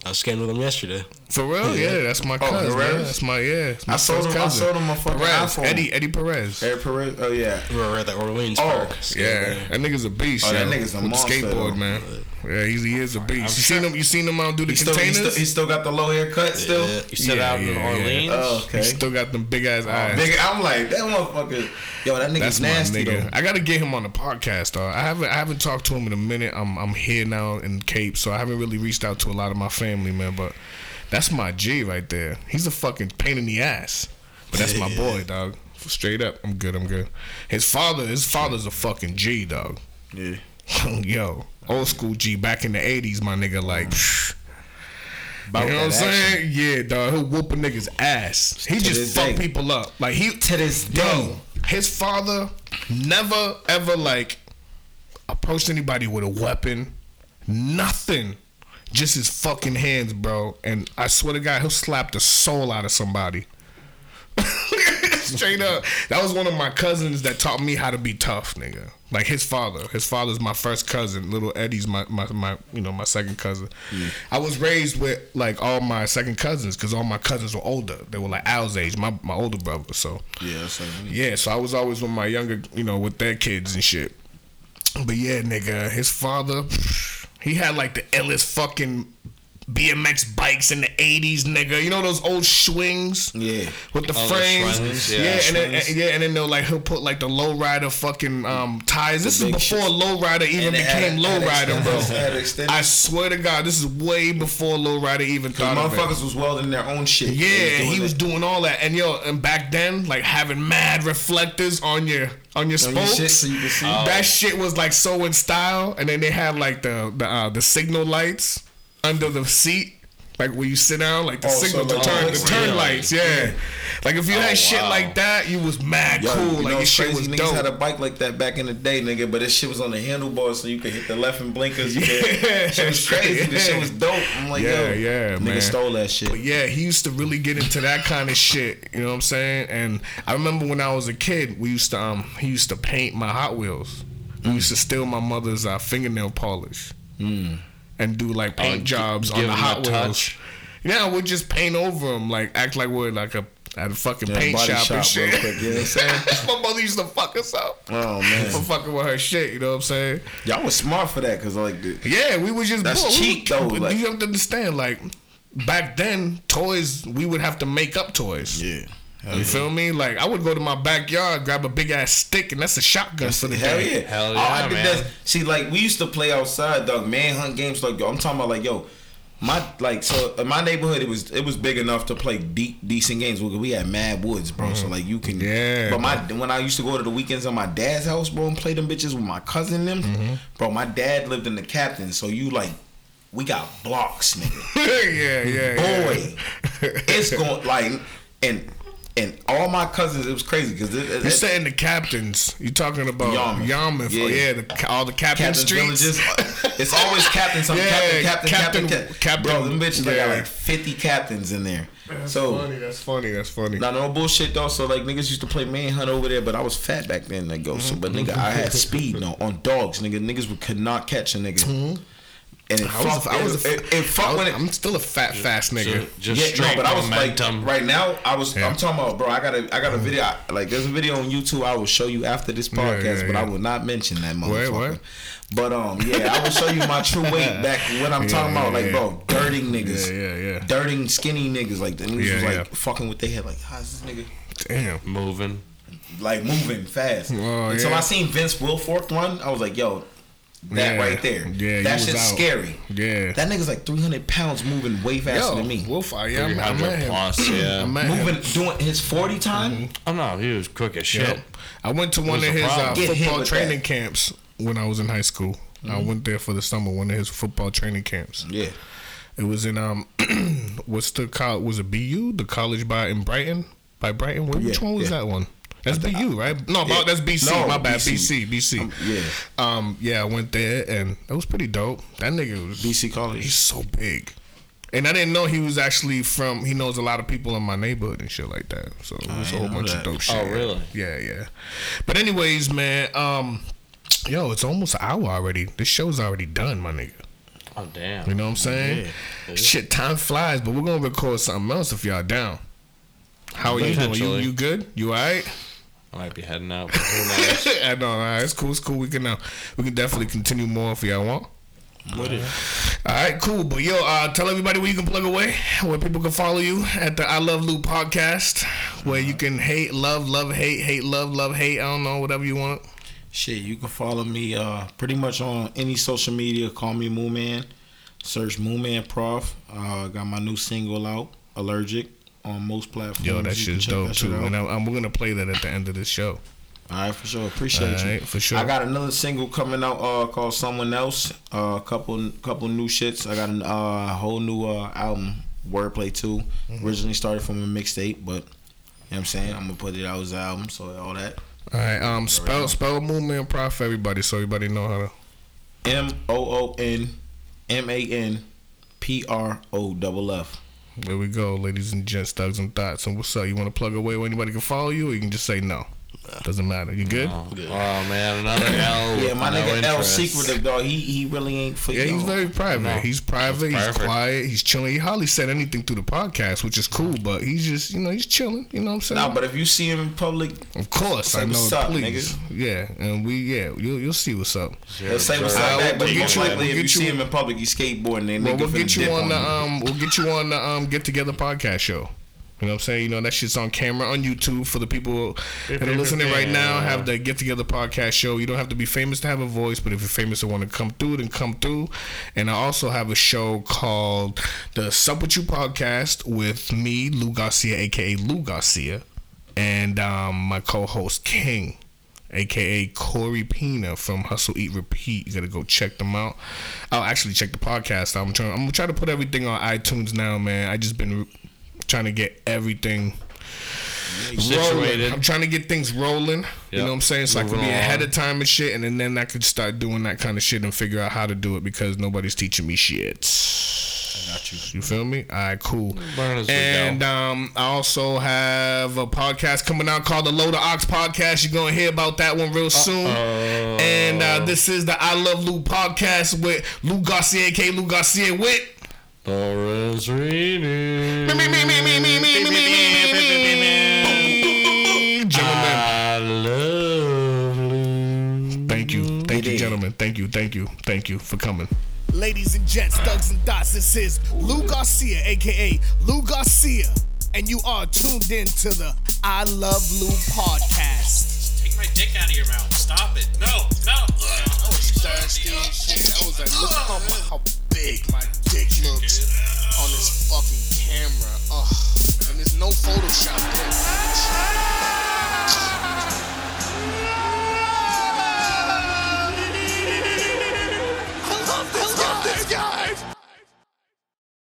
F: I was skating with him yesterday.
D: For real? Yeah, that's my cousin.
E: Oh, Perez?
D: man. That's my yeah. That's my
E: I sold
D: first
E: him. I
D: cousin.
E: sold him my fucking
D: Perez,
E: iPhone.
D: Eddie, Eddie Perez.
E: Eric Perez. Oh yeah.
F: We were at the Orleans
E: Oh,
F: Park.
D: Yeah,
F: skating.
D: that nigga's a beast.
E: Oh,
D: yo.
E: that nigga's a
D: With the
E: monster,
D: skateboard,
E: though.
D: man. Yeah, he's, he is a beast. you seen him? You seen him out do the
E: He still, he,
D: containers?
E: still, he still got the low haircut still.
F: Yeah.
B: You said
D: Yeah,
B: out in
D: yeah, yeah.
B: Orleans.
E: Oh, okay. Oh,
D: He still got them big ass eyes.
E: Nigga, I'm like that motherfucker. Yo, that nigga's
D: That's
E: nasty
D: my nigga.
E: though.
D: I gotta get him on the podcast, though. I haven't I haven't talked to him in a minute. I'm I'm here now in Cape, so I haven't really reached out to a lot of my family, man. But that's my G right there. He's a fucking pain in the ass, but that's my boy, dog. Straight up, I'm good. I'm good. His father, his father's a fucking G, dog.
E: Yeah.
D: Yo, old school G back in the '80s, my nigga. Like. you know what I'm
E: Mm. that
D: saying? Yeah, dog. He'll whoop a nigga's ass. He
E: this
D: just fuck
E: day.
D: people up. Like he
E: To this day.
D: Yo, his father never ever like approached anybody with a weapon. Nothing. Just his fucking hands, bro. And I swear to God, he'll slap the soul out of somebody. Straight up. That was one of my cousins that taught me how to be tough, nigga. Like his father. His father's my first cousin. Little Eddie's my, my, my you know, my second cousin.
E: Hmm.
D: I was raised with like all my second cousins because all my cousins were older. They were like Al's age, my, my older brother. So
E: Yeah. That's like,
D: yeah, so I was always with my younger, you know, with their kids and shit. But yeah, nigga, his father, he had like the illest fucking BMX bikes in the 80s, nigga. You know those old swings?
E: Yeah.
D: With the
B: the
D: frames.
B: swings,
D: yeah,
B: yeah.
D: and then, and- yeah, and then they'll like he'll put like the low rider fucking um tires. This is
E: big
D: before
E: shit.
D: low rider even
E: it had-
D: became low
E: had
D: rider, bro.
E: extenders, had extenders.
D: I swear to God, this is way before low rider even thought of it.
E: Motherfuckers was welding their own shit.
D: Yeah, he was
E: that.
D: doing all that, and yo, and back then, like having mad reflectors on your on your
E: On your
D: spokes,
E: shit so you can see. Oh.
D: that shit was like so in style. And then they had like the the uh, the signal lights under the seat. Like where you sit down, like the
E: Oh, so
D: signal to
E: like-
D: turn,
E: oh,
D: the turn
B: really?
D: lights, yeah. Like if you had shit
B: wow.
D: like that, you was mad
E: Yo,
D: cool.
E: You
D: like
E: know,
D: your
E: it's
D: shit
E: crazy
D: was
E: niggas
D: dope.
E: had a bike like that back in the day, nigga. But this shit was on the handlebars, so you could hit the left and blinkers. Yeah,
D: Yeah.
E: shit was crazy. This shit was dope. I'm like,
D: Yeah,
E: yo,
D: yeah,
E: nigga
D: man.
E: stole that shit.
D: But yeah, he used to really get into that kind of shit. You know what I'm saying? And I remember when I was a kid, we used to um he used to paint my Hot Wheels. We used to steal my mother's uh, fingernail polish
E: Hmm.
D: and do like paint
B: gi-
E: Oh,
D: jobs on
B: give
D: the
B: them
D: Hot Wheels.
B: a touch.
D: Yeah, we'll just paint over them, like act like we're like a at a fucking
E: Yeah,
D: paint
E: body
D: shop, and
E: shop real
D: shit.
E: quick, you know what I'm saying?
D: my mother used to fuck us up for
E: Oh man,
D: fucking with her shit. You know what I'm saying?
E: y'all was smart for that, cause like, the-
D: Yeah, we was just
E: That's
D: bored. We
E: cheap,
D: were-
E: though,
D: but
E: like-
D: you have to understand, like back then, toys we would have to make up toys.
E: yeah,
D: You feel me? Like I would go to my backyard, grab a big ass stick, and that's a shotgun for the
E: hell
D: day.
E: yeah,
B: Hell
E: All
B: yeah,
E: I did
B: man.
E: that- See, like we used to play outside, dog. Manhunt games, like yo, I'm talking about, like yo. My like so in my neighborhood it was it was big enough to play de- decent games. We, we had mad woods, bro.
B: Mm-hmm.
E: So like you can
D: Yeah,
E: But my when I used to go to the weekends at my dad's house, bro, and play them bitches with my cousin and them,
B: Mm-hmm.
E: bro. My dad lived in the captain, so you like we got blocks, nigga
D: yeah, yeah, yeah.
E: boy, it's going like and and all my cousins. It was crazy because it, it,
D: You're
E: it,
D: saying the captains. You're talking about
E: Yarmouth.
D: Yarmouth. Yeah,
E: Yeah.
D: yeah the, all the captain
E: captain's
D: streets.
E: villages. It's always captain. Some
D: Yeah,
E: captain, captain,
D: captain,
E: captain, captain,
D: captain.
E: Bro, them bitches. I
D: Yeah.
E: got like fifty captains in there. so.
D: Funny, that's funny. That's funny.
E: Nah, no bullshit though. So like niggas used to play manhunt over there, but I was fat back then. Like go, so but
D: Mm-hmm.
E: nigga, I had speed no on dogs. Nigga, niggas would, could not catch a nigga. And it
D: Mm-hmm. I was,
E: fucked.
D: a, I was, a,
E: it, it, it fucked when it,
D: I'm still a fat, fast nigga.
B: Ju- Just
E: Yeah,
B: straight
E: no, but I was
B: momentum.
E: like right now. I was.
D: Yeah.
E: I'm talking about, bro. I got a. I got a video. I- like there's a video on YouTube. I will show you after this podcast,
D: yeah,
E: but I
D: yeah.
E: will not mention that
D: Wait,
E: motherfucker.
D: what?
E: But um, yeah, I will show you my true weight back when I'm talking
D: yeah,
E: about, like,
D: yeah.
E: bro, dirting niggas,
D: Yeah, yeah, yeah.
E: dirting skinny niggas, like the niggas
D: Yeah,
E: was
D: yeah.
E: like fucking with their head, like how's this nigga
D: Damn.
B: moving.
E: like moving fast?
D: Oh,
E: Until
D: yeah.
E: I seen Vince Wilfork run, I was like, yo, that
D: Yeah.
E: right there,
D: Yeah,
E: that
D: you was
E: shit's
D: out.
E: scary.
D: Yeah.
E: That nigga's like 300 pounds moving way faster
D: Yo,
E: than me.
D: Wolf, I am. I'm
B: 300
D: at him.
B: plus, yeah.
D: I'm at him.
E: Moving, doing his 40 time.
B: Oh no, he was quick as shit.
D: Yep. I went to one of
B: was a
D: his uh,
B: problem.
E: Get hit
D: football
E: with
D: training
E: that. Mm-hmm.
D: camps when I was in high school. I went there for the summer. One of his football training camps.
E: Yeah.
D: It was in um, what's the college? Was it BU? The college by in Brighton? By Brighton? Wh- Which
E: Yeah,
D: one was
E: yeah.
D: that one? That's BU, right? No, about- that's BC.
E: No,
D: my bad,
E: BC.
D: BC, BC.
E: Um, yeah.
D: Um, yeah, I went there and it was pretty dope. That nigga was
E: BC College.
D: He's so big. And I didn't know he was actually from. He knows a lot of people in my neighborhood and shit like that. So it was a whole bunch of dope shit.
B: Oh, really?
D: Yeah, yeah. But anyways, man. Um, yo, it's almost an hour already. This show's already done, my nigga.
B: Oh
D: You
B: damn.
D: know what I'm saying? Shit, time flies. But we're gonna record something else if y'all down. How are you doing? You,
B: Potentially.
D: you good? You alright?
B: I might be heading out. But who knows?
D: I know. All right, it's cool. It's cool. We can now. We can definitely continue more if y'all want. All right, cool. But yo, uh, tell everybody where you can plug away, where people can follow you at the I Love Lou podcast, where you can hate, love, love, hate, hate, love, love, hate. I don't know, whatever you want.
E: Shit, you can follow me uh pretty much on any social media. Call me Moo Man. Search Moo Man Prof. Uh, got my new single out, Allergic, on most platforms.
D: Yo, that
E: You can
D: shit's
E: check
D: dope
E: that
D: too.
E: shit out.
D: And I, I'm, we're gonna play that at the end of this show.
E: All right, for sure. Appreciate
D: All
E: you.
D: right, for sure.
E: I got another single coming out uh, called Someone Else. A uh, couple, couple new shits. I got a uh, whole new uh, album, Wordplay 2
D: Mm-hmm.
E: Originally started from a mixtape, but you know what I'm saying I'm gonna put it out as an album, so all that.
D: All right, um, spell spell movement prof for everybody, so everybody know how to.
E: M O O N M A N P R O double F.
D: There we go, ladies and gents, thugs and thoughts, and what's up? You want to plug away where anybody can follow you, or you can just say no. Doesn't matter. You good?
B: Oh, man, another L.
E: Yeah, my
B: no
E: nigga L
B: interest.
E: secretive dog. He he really ain't for
D: Yeah,
E: you.
D: he's very private. He's private. He's,
B: private.
D: quiet. He's chilling. He hardly said anything through the podcast, which is cool. But he's just, you know, he's chilling. You know what I'm saying?
E: Nah, but if you see him in public,
D: of course,
E: say
D: I know.
E: what's
D: it,
E: up,
D: please, yeah, and we, yeah, you'll, you'll see what's up.
E: he'll say what's
D: I
E: like that.
D: will
E: But
D: get
E: most
D: you-
E: likely,
D: we'll
E: if
D: get
E: you see
D: you-
E: him in public, he's skateboarding. Then
D: Well,
E: nigga
D: we'll
E: finna
D: get you
E: dip
D: on the
E: you.
D: um, we'll get you on the um, get together podcast show. You know what I'm saying? You know that shit's on camera on YouTube for the people that are listening right now. Have the get together podcast show. You don't have to be famous to have a voice, but if you're famous and want to come through, then come through. And I also have a show called the Sup with You podcast with me, Lou Garcia, aka Lou Garcia, and um, my co-host King aka Corey Pina from Hustle Eat Repeat. You gotta go check them out. I'll actually check the podcast. out. I'm trying. I'm gonna try to put everything on iTunes now, man. I just been trying to get everything
B: Situated.
D: rolling. I'm trying to get things rolling. You know
B: Yep.
D: what I'm saying? So I can
B: Moving
D: be ahead
B: along.
D: of time and shit, and then, then I could start doing that kind of shit and figure out how to do it because nobody's teaching me shit. I got you. You feel me? All right, cool.
B: Learn as we
D: And
B: go.
D: um, I also have a podcast coming out called the Load of Ox Podcast. You're gonna hear about that one real soon. And uh, this is the I Love Lou podcast with Lou Garcia, aka Lou Garcia with.
B: Doris Reading.
D: Gentlemen,
B: I love Lou.
D: thank you, thank you, gentlemen, thank you, thank you, thank you for coming.
A: Ladies and gents, thugs and dots, this is Lou Garcia, aka Lou Garcia, and you are tuned in to the I Love Lou podcast.
I: Take my dick out of your mouth. Stop it. No, no.
C: I was thirsty and shit. I was like, look how, my, how big my dick looks on this fucking camera. Ugh. And there's no Photoshop there.